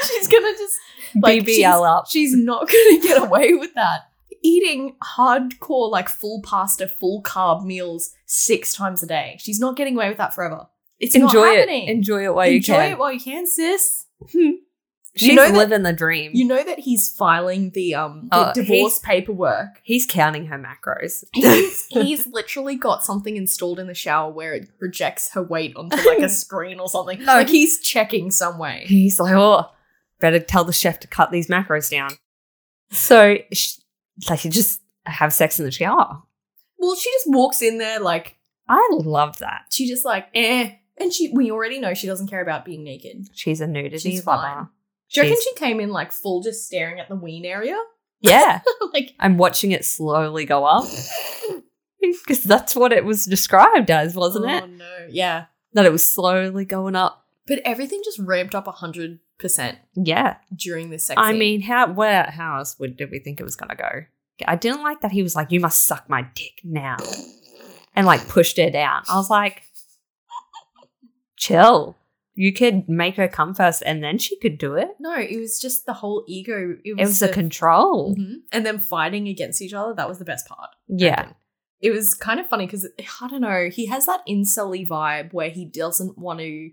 [SPEAKER 1] She's going to just Like,
[SPEAKER 2] BBL up.
[SPEAKER 1] she's not going to get away with that. Eating hardcore like full pasta, full carb meals 6 times a day. She's not getting away with that forever. It's
[SPEAKER 2] enjoy
[SPEAKER 1] not
[SPEAKER 2] it.
[SPEAKER 1] happening.
[SPEAKER 2] Enjoy it while
[SPEAKER 1] Enjoy
[SPEAKER 2] you can.
[SPEAKER 1] it while you can, sis.
[SPEAKER 2] She's
[SPEAKER 1] know that-
[SPEAKER 2] living the dream.
[SPEAKER 1] You know that he's filing the um the
[SPEAKER 2] Oh,
[SPEAKER 1] divorce
[SPEAKER 2] he's-
[SPEAKER 1] paperwork.
[SPEAKER 2] He's counting her macros.
[SPEAKER 1] He's, he's literally got something installed in the shower where it projects her weight onto like a screen or something.
[SPEAKER 2] No.
[SPEAKER 1] Like he's checking some way.
[SPEAKER 2] He's like, oh, better tell the chef to cut these macros down. So, she, like, you just have sex in the shower.
[SPEAKER 1] Well, she just walks in there like
[SPEAKER 2] I love that.
[SPEAKER 1] she just like eh, and she we already know she doesn't care about being naked.
[SPEAKER 2] She's a nudity
[SPEAKER 1] She's
[SPEAKER 2] lover.
[SPEAKER 1] fine. Do you reckon
[SPEAKER 2] She's-
[SPEAKER 1] she came in like full, just staring at the ween area?
[SPEAKER 2] Yeah,
[SPEAKER 1] like
[SPEAKER 2] I'm watching it slowly go up because that's what it was described as, wasn't
[SPEAKER 1] oh,
[SPEAKER 2] it?
[SPEAKER 1] no, yeah.
[SPEAKER 2] That it was slowly going up.
[SPEAKER 1] But everything just ramped up hundred percent
[SPEAKER 2] Yeah,
[SPEAKER 1] during this sex.
[SPEAKER 2] I
[SPEAKER 1] scene.
[SPEAKER 2] mean, how where how else would, did we think it was gonna go? I didn't like that he was like, "You must suck my dick now," and like pushed her down. I was like, "Chill, you could make her come first, and then she could do it."
[SPEAKER 1] no, it was just the whole ego. It
[SPEAKER 2] It
[SPEAKER 1] was,
[SPEAKER 2] was the control.
[SPEAKER 1] Mhm. and then fighting against each other. That was the best part.
[SPEAKER 2] Mm-hmm. Yeah,
[SPEAKER 1] It was kind of funny because I don't know. He has that insully vibe where he doesn't want to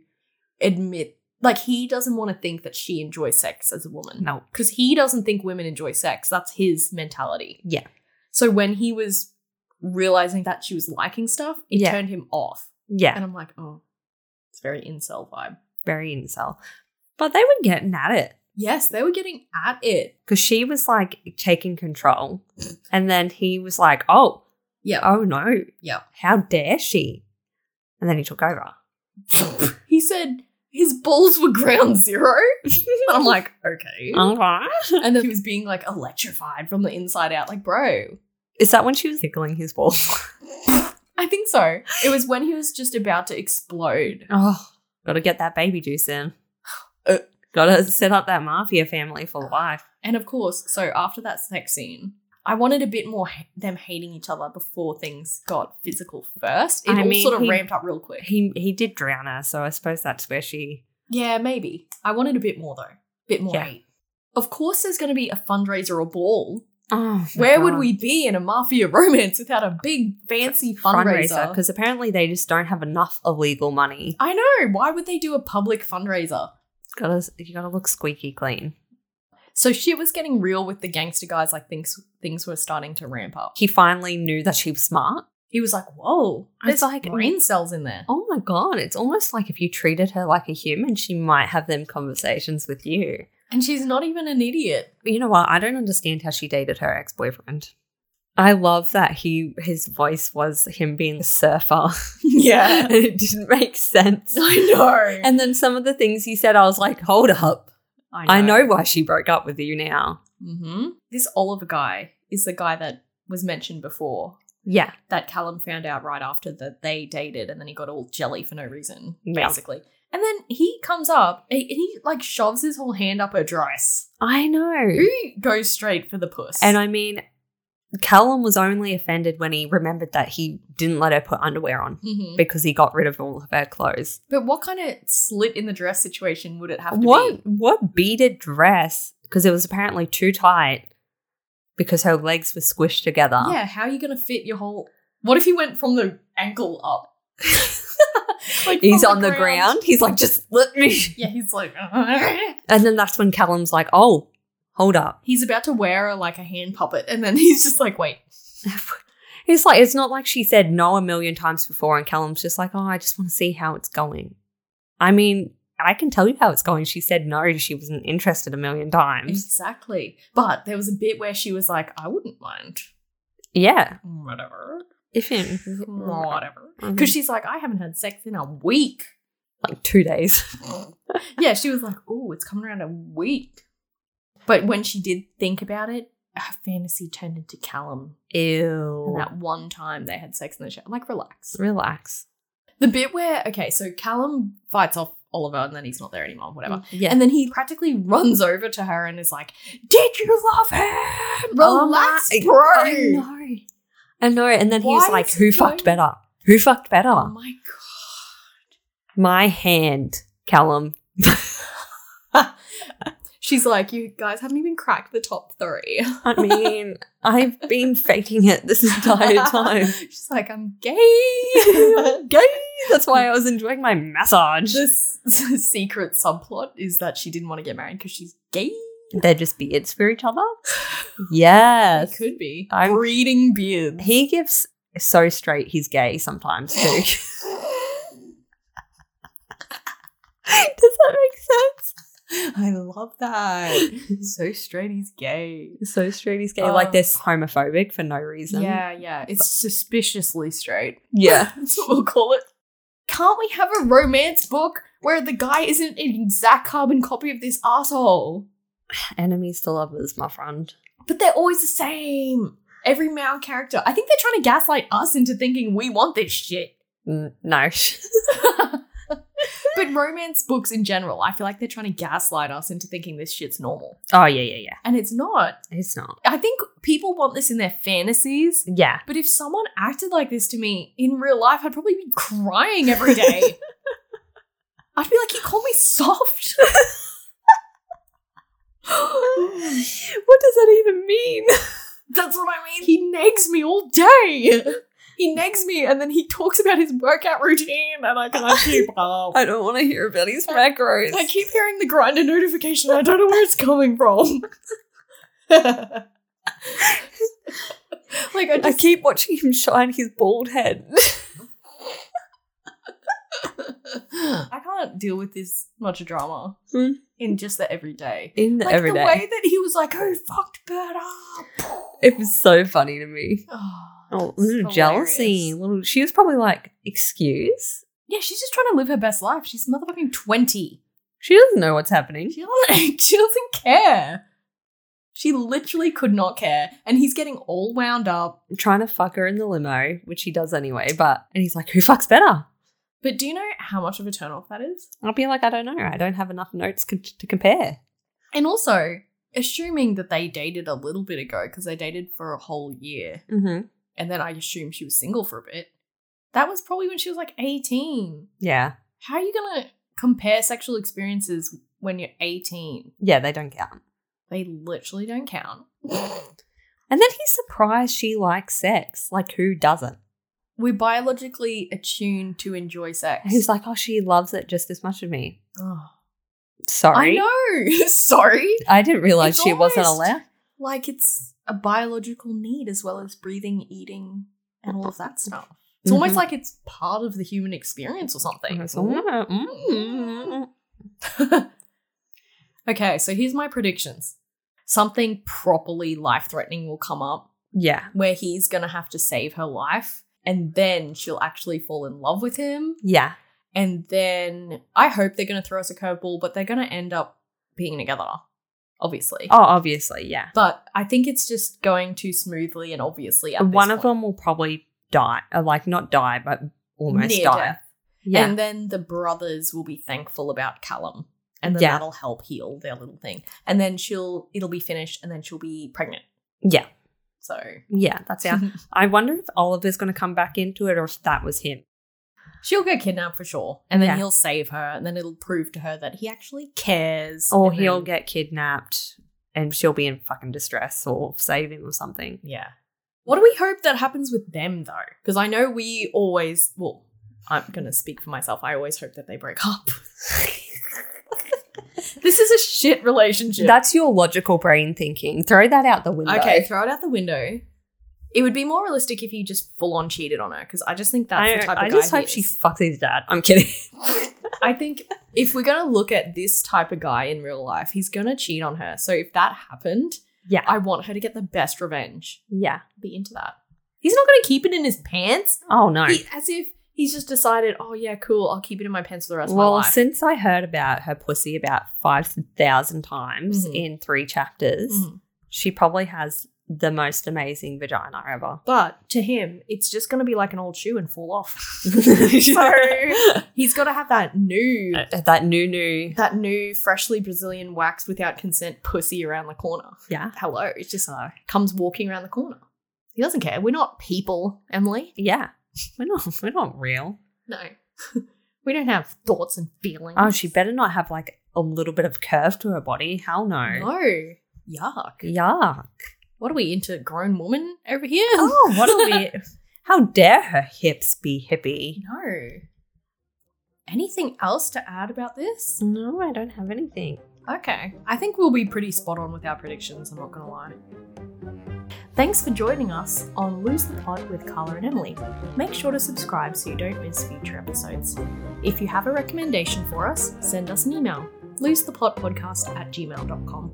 [SPEAKER 1] admit, like he doesn't want to think that she enjoys sex as a woman.
[SPEAKER 2] no,
[SPEAKER 1] because he doesn't think women enjoy sex. That's his mentality.
[SPEAKER 2] Yeah.
[SPEAKER 1] So when he was realizing that she was liking stuff, it
[SPEAKER 2] Yeah.
[SPEAKER 1] turned him off.
[SPEAKER 2] yeah,
[SPEAKER 1] And I'm like, oh, it's very incel vibe.
[SPEAKER 2] very incel. But they were getting at it.
[SPEAKER 1] Yes, they were getting at it.
[SPEAKER 2] because she was like taking control, and then he was like, "Oh,
[SPEAKER 1] Yeah.
[SPEAKER 2] oh no,
[SPEAKER 1] Yeah.
[SPEAKER 2] how dare she?" And then he took over.
[SPEAKER 1] He said his balls were ground zero. and I'm like, okay.
[SPEAKER 2] Alright.
[SPEAKER 1] and then he was being like electrified from the inside out. Like, bro.
[SPEAKER 2] Is that when she was tickling his balls?
[SPEAKER 1] I think so. It was when he was just about to explode.
[SPEAKER 2] oh, gotta get that baby juice in.
[SPEAKER 1] Uh.
[SPEAKER 2] gotta set up that mafia family for life.
[SPEAKER 1] And of course, so after that sex scene, I wanted a bit more h them hating each other before things got physical first. It
[SPEAKER 2] I
[SPEAKER 1] all
[SPEAKER 2] mean,
[SPEAKER 1] sort of
[SPEAKER 2] he-
[SPEAKER 1] ramped up real quick.
[SPEAKER 2] He he did drown her, so I suppose that's where she.
[SPEAKER 1] yeah, maybe. I wanted a bit more though. bit more
[SPEAKER 2] Yeah.
[SPEAKER 1] hate. Of course, there's going to be a fundraiser or ball.
[SPEAKER 2] Oh,
[SPEAKER 1] Where would we be in a mafia romance without a big fancy fundraiser?
[SPEAKER 2] Because apparently they just don't have enough illegal money.
[SPEAKER 1] I know. Why would they do a public fundraiser?
[SPEAKER 2] Gotta you gotta look squeaky clean.
[SPEAKER 1] So shit was getting real with the gangster guys. Like things things were starting to ramp up.
[SPEAKER 2] He finally knew that she was smart.
[SPEAKER 1] He was like, "Whoa,
[SPEAKER 2] I was
[SPEAKER 1] there's
[SPEAKER 2] like,
[SPEAKER 1] like brain cells in there."
[SPEAKER 2] Oh my god, it's almost like if you treated her like a human, she might have them conversations with you.
[SPEAKER 1] And she's not even an idiot.
[SPEAKER 2] But you know what? I don't understand how she dated her ex-boyfriend. I love that he his voice was him being a surfer.
[SPEAKER 1] Yeah.
[SPEAKER 2] and it didn't make sense.
[SPEAKER 1] I know.
[SPEAKER 2] And then some of the things he said, I was like, hold up. I know, why she broke up with you now.
[SPEAKER 1] hmm This Oliver guy is the guy that was mentioned before
[SPEAKER 2] Yeah.
[SPEAKER 1] that Callum found out right after that they dated, and then he got all jelly for no reason,
[SPEAKER 2] Yeah.
[SPEAKER 1] basically. And then he comes up and he like shoves his whole hand up her dress.
[SPEAKER 2] I know.
[SPEAKER 1] Who goes straight for the puss?
[SPEAKER 2] And I mean, Callum was only offended when he remembered that he didn't let her put underwear on
[SPEAKER 1] Mhm.
[SPEAKER 2] because he got rid of all of her clothes.
[SPEAKER 1] But what kind of slit in the dress situation would it have to
[SPEAKER 2] what
[SPEAKER 1] be?
[SPEAKER 2] what beaded dress because it was apparently too tight because her legs were squished together
[SPEAKER 1] Yeah, how are you going to fit your whole. What if he went from the ankle up? like
[SPEAKER 2] he's
[SPEAKER 1] from
[SPEAKER 2] on the ground. he's like just let me
[SPEAKER 1] Yeah, he's like.
[SPEAKER 2] and then that's when callum's like oh hold up
[SPEAKER 1] he's about to wear a, like a hand puppet, and then he's just like, wait.
[SPEAKER 2] it's like it's not like she said no a million times before and callum's just like oh i just want to see how it's going i mean i can tell you how it's going she said no she wasn't interested a million times
[SPEAKER 1] Exactly. But there was a bit where she was like, I wouldn't mind.
[SPEAKER 2] yeah
[SPEAKER 1] Whatever.
[SPEAKER 2] if in
[SPEAKER 1] Mm-hmm. Whatever.
[SPEAKER 2] Mhm.
[SPEAKER 1] Because she's like, I haven't had sex in a week.
[SPEAKER 2] like two days
[SPEAKER 1] yeah, she was like, oh, it's coming around a week. But when she did think about it, her fantasy turned into Callum.
[SPEAKER 2] ew
[SPEAKER 1] And that one time they had sex in the show. Like, relax.
[SPEAKER 2] relax
[SPEAKER 1] The bit where, okay, so Callum fights off Oliver and then he's not there anymore, whatever.
[SPEAKER 2] yeah
[SPEAKER 1] And then he practically runs over to her and is like, Did you love him? Um, Relax,
[SPEAKER 2] Oh my-
[SPEAKER 1] bro.
[SPEAKER 2] I know. I know. And then he was
[SPEAKER 1] Why
[SPEAKER 2] like,
[SPEAKER 1] is
[SPEAKER 2] Who
[SPEAKER 1] he
[SPEAKER 2] fucked
[SPEAKER 1] going-
[SPEAKER 2] better? Who fucked
[SPEAKER 1] Oh
[SPEAKER 2] better?
[SPEAKER 1] my
[SPEAKER 2] My hand, Callum.
[SPEAKER 1] God. She's like, You guys haven't even cracked the top three.
[SPEAKER 2] I mean, I've been faking it this entire time.
[SPEAKER 1] She's like, I'm gay. gay.
[SPEAKER 2] That's why I was enjoying my massage.
[SPEAKER 1] This secret subplot is that she didn't want to get married because she's gay.
[SPEAKER 2] They're just beards for each other. Yes.
[SPEAKER 1] It could be.
[SPEAKER 2] I'm-
[SPEAKER 1] breeding beards.
[SPEAKER 2] He gives so straight he's gay sometimes too. Does that make sense?
[SPEAKER 1] I love that. so straight, he's gay.
[SPEAKER 2] So straight he's gay.
[SPEAKER 1] Um,
[SPEAKER 2] like they're homophobic for no reason.
[SPEAKER 1] Yeah, yeah. It's suspiciously straight.
[SPEAKER 2] Yeah.
[SPEAKER 1] That's what we'll call it. Can't we have a romance book where the guy isn't an exact carbon copy of this asshole?
[SPEAKER 2] Enemies to lovers, my friend.
[SPEAKER 1] But they're always the same. Every male character. I think they're trying to gaslight us into thinking we want this shit.
[SPEAKER 2] N- No.
[SPEAKER 1] But romance books in general, I feel like they're trying to gaslight us into thinking this shit's normal.
[SPEAKER 2] oh yeah, yeah, yeah.
[SPEAKER 1] And it's not.
[SPEAKER 2] It's not.
[SPEAKER 1] I think people want this in their fantasies.
[SPEAKER 2] Yeah.
[SPEAKER 1] But if someone acted like this to me in real life, I'd probably be crying every day. I'd be like, he called me soft.
[SPEAKER 2] what does that even mean?
[SPEAKER 1] That's what I mean. He nags me all day. He nags me and then he talks about his workout routine and I can't keep up.
[SPEAKER 2] I don't want to hear about his macros.
[SPEAKER 1] I keep hearing the grinder notification. I don't know where it's coming from. like I
[SPEAKER 2] I
[SPEAKER 1] just
[SPEAKER 2] keep watching him shine his bald head.
[SPEAKER 1] I can't deal with this much drama
[SPEAKER 2] Hmm.
[SPEAKER 1] in just the everyday.
[SPEAKER 2] In the
[SPEAKER 1] Like
[SPEAKER 2] everyday.
[SPEAKER 1] the way that he was like, "Who fucked Bert up?"
[SPEAKER 2] it was so funny to me.
[SPEAKER 1] Oh,
[SPEAKER 2] Oh,
[SPEAKER 1] it's
[SPEAKER 2] little jealousy.
[SPEAKER 1] hilarious.
[SPEAKER 2] Little she was probably like, excuse?
[SPEAKER 1] Yeah, she's just trying to live her best life. She's motherfucking twenty.
[SPEAKER 2] She doesn't know what's happening.
[SPEAKER 1] She doesn't, she doesn't care. She literally could not care. And he's getting all wound up.
[SPEAKER 2] trying to fuck her in the limo, which he does anyway, but and he's like, Who fucks better?
[SPEAKER 1] But do you know how much of a turnoff that is?
[SPEAKER 2] I'll be like, I don't know. I don't have enough notes con- to compare.
[SPEAKER 1] And also, assuming that they dated a little bit ago, because they dated for a whole year,
[SPEAKER 2] Mm-hmm.
[SPEAKER 1] and then I assume she was single for a bit, that was probably when she was like 18.
[SPEAKER 2] Yeah.
[SPEAKER 1] How are you going to compare sexual experiences when you're 18?
[SPEAKER 2] Yeah, they don't count.
[SPEAKER 1] They literally don't count.
[SPEAKER 2] And then he's surprised she likes sex. Like, who doesn't?
[SPEAKER 1] We're biologically attuned to enjoy sex.
[SPEAKER 2] He's like, Oh, she loves it just as much as me.
[SPEAKER 1] Oh. I
[SPEAKER 2] Sorry.
[SPEAKER 1] know. Sorry.
[SPEAKER 2] I didn't realize
[SPEAKER 1] It's
[SPEAKER 2] she wasn't
[SPEAKER 1] almost-
[SPEAKER 2] allowed.
[SPEAKER 1] like it's a biological need as well as breathing, eating, and all of that stuff. It's almost
[SPEAKER 2] Mhm.
[SPEAKER 1] like it's part of the human experience or something.
[SPEAKER 2] It's almo- mm.
[SPEAKER 1] okay, so here's my predictions. Something properly life threatening will come up
[SPEAKER 2] Yeah.
[SPEAKER 1] where he's gonna have to save her life, and then she'll actually fall in love with him.
[SPEAKER 2] Yeah.
[SPEAKER 1] And then I hope they're gonna throw us a curveball, but they're gonna end up being together, obviously.
[SPEAKER 2] Oh, obviously. Yeah.
[SPEAKER 1] But I think it's just going too smoothly and obviously. At
[SPEAKER 2] And
[SPEAKER 1] this
[SPEAKER 2] one of
[SPEAKER 1] point.
[SPEAKER 2] them will probably die. Uh, Like, not die, but almost
[SPEAKER 1] Near
[SPEAKER 2] die.
[SPEAKER 1] death.
[SPEAKER 2] Yeah.
[SPEAKER 1] And then the brothers will be thankful about Callum. And then
[SPEAKER 2] Yeah.
[SPEAKER 1] that'll help heal their little thing. And then she'll it'll be finished and then she'll be pregnant.
[SPEAKER 2] yeah.
[SPEAKER 1] So
[SPEAKER 2] Yeah. That's our. I wonder if Oliver's going to come back into it or if that was him.
[SPEAKER 1] she'll get kidnapped for sure. And then
[SPEAKER 2] Yeah.
[SPEAKER 1] he'll save her and then it'll prove to her that he actually cares.
[SPEAKER 2] Or
[SPEAKER 1] and
[SPEAKER 2] Oh, he'll
[SPEAKER 1] then-
[SPEAKER 2] get kidnapped and she'll be in fucking distress or save him or something.
[SPEAKER 1] Yeah. What do we hope that happens with them though? Because I know we always well, I'm gonna speak for myself. I always hope that they break up. this is a shit relationship.
[SPEAKER 2] That's your logical brain thinking. Throw that out the window.
[SPEAKER 1] Okay, throw it out the window. It would be more realistic if he just full on cheated on her because I just think that's
[SPEAKER 2] I,
[SPEAKER 1] the type of
[SPEAKER 2] I
[SPEAKER 1] guy.
[SPEAKER 2] just
[SPEAKER 1] he
[SPEAKER 2] hope she
[SPEAKER 1] is.
[SPEAKER 2] fucks his dad. I'm kidding.
[SPEAKER 1] I think if we're gonna look at this type of guy in real life, he's gonna cheat on her. So if that happened,
[SPEAKER 2] Yeah.
[SPEAKER 1] I want her to get the best revenge.
[SPEAKER 2] yeah.
[SPEAKER 1] Be into that. He's not gonna keep it in his pants.
[SPEAKER 2] Oh, no.
[SPEAKER 1] He- as if he's just decided, oh yeah, cool, I'll keep it in my pants for the rest of
[SPEAKER 2] Well,
[SPEAKER 1] my life.
[SPEAKER 2] since I heard about her pussy about 5,000 times
[SPEAKER 1] Mhm.
[SPEAKER 2] in three chapters,
[SPEAKER 1] Mhm.
[SPEAKER 2] she probably has the most amazing vagina ever.
[SPEAKER 1] But to him, it's just gonna be like an old shoe and fall off. so
[SPEAKER 2] so,
[SPEAKER 1] he's gotta have that new
[SPEAKER 2] Uh, that new, new.
[SPEAKER 1] that new freshly Brazilian waxed without consent pussy around the corner.
[SPEAKER 2] Yeah.
[SPEAKER 1] Hello, it just comes walking around the corner. He doesn't care. We're not people, Emily.
[SPEAKER 2] Yeah. We're not, we're not real.
[SPEAKER 1] No, we don't have thoughts and feelings.
[SPEAKER 2] Oh, she better not have like a little bit of curve to her body. Hell no.
[SPEAKER 1] No, yuck.
[SPEAKER 2] Yuck.
[SPEAKER 1] What are we into, grown woman over here?
[SPEAKER 2] Oh, what are we? How dare her hips be hippie?
[SPEAKER 1] No, Anything else to add about this?
[SPEAKER 2] No, I don't have anything.
[SPEAKER 1] Okay. I think we'll be pretty spot on with our predictions, I'm not going to lie. Thanks for joining us on Lose the Pod with Carla and Emily. Make sure to subscribe so you don't miss future episodes. If you have a recommendation for us, send us an email losethepodpodcast at gmail.com.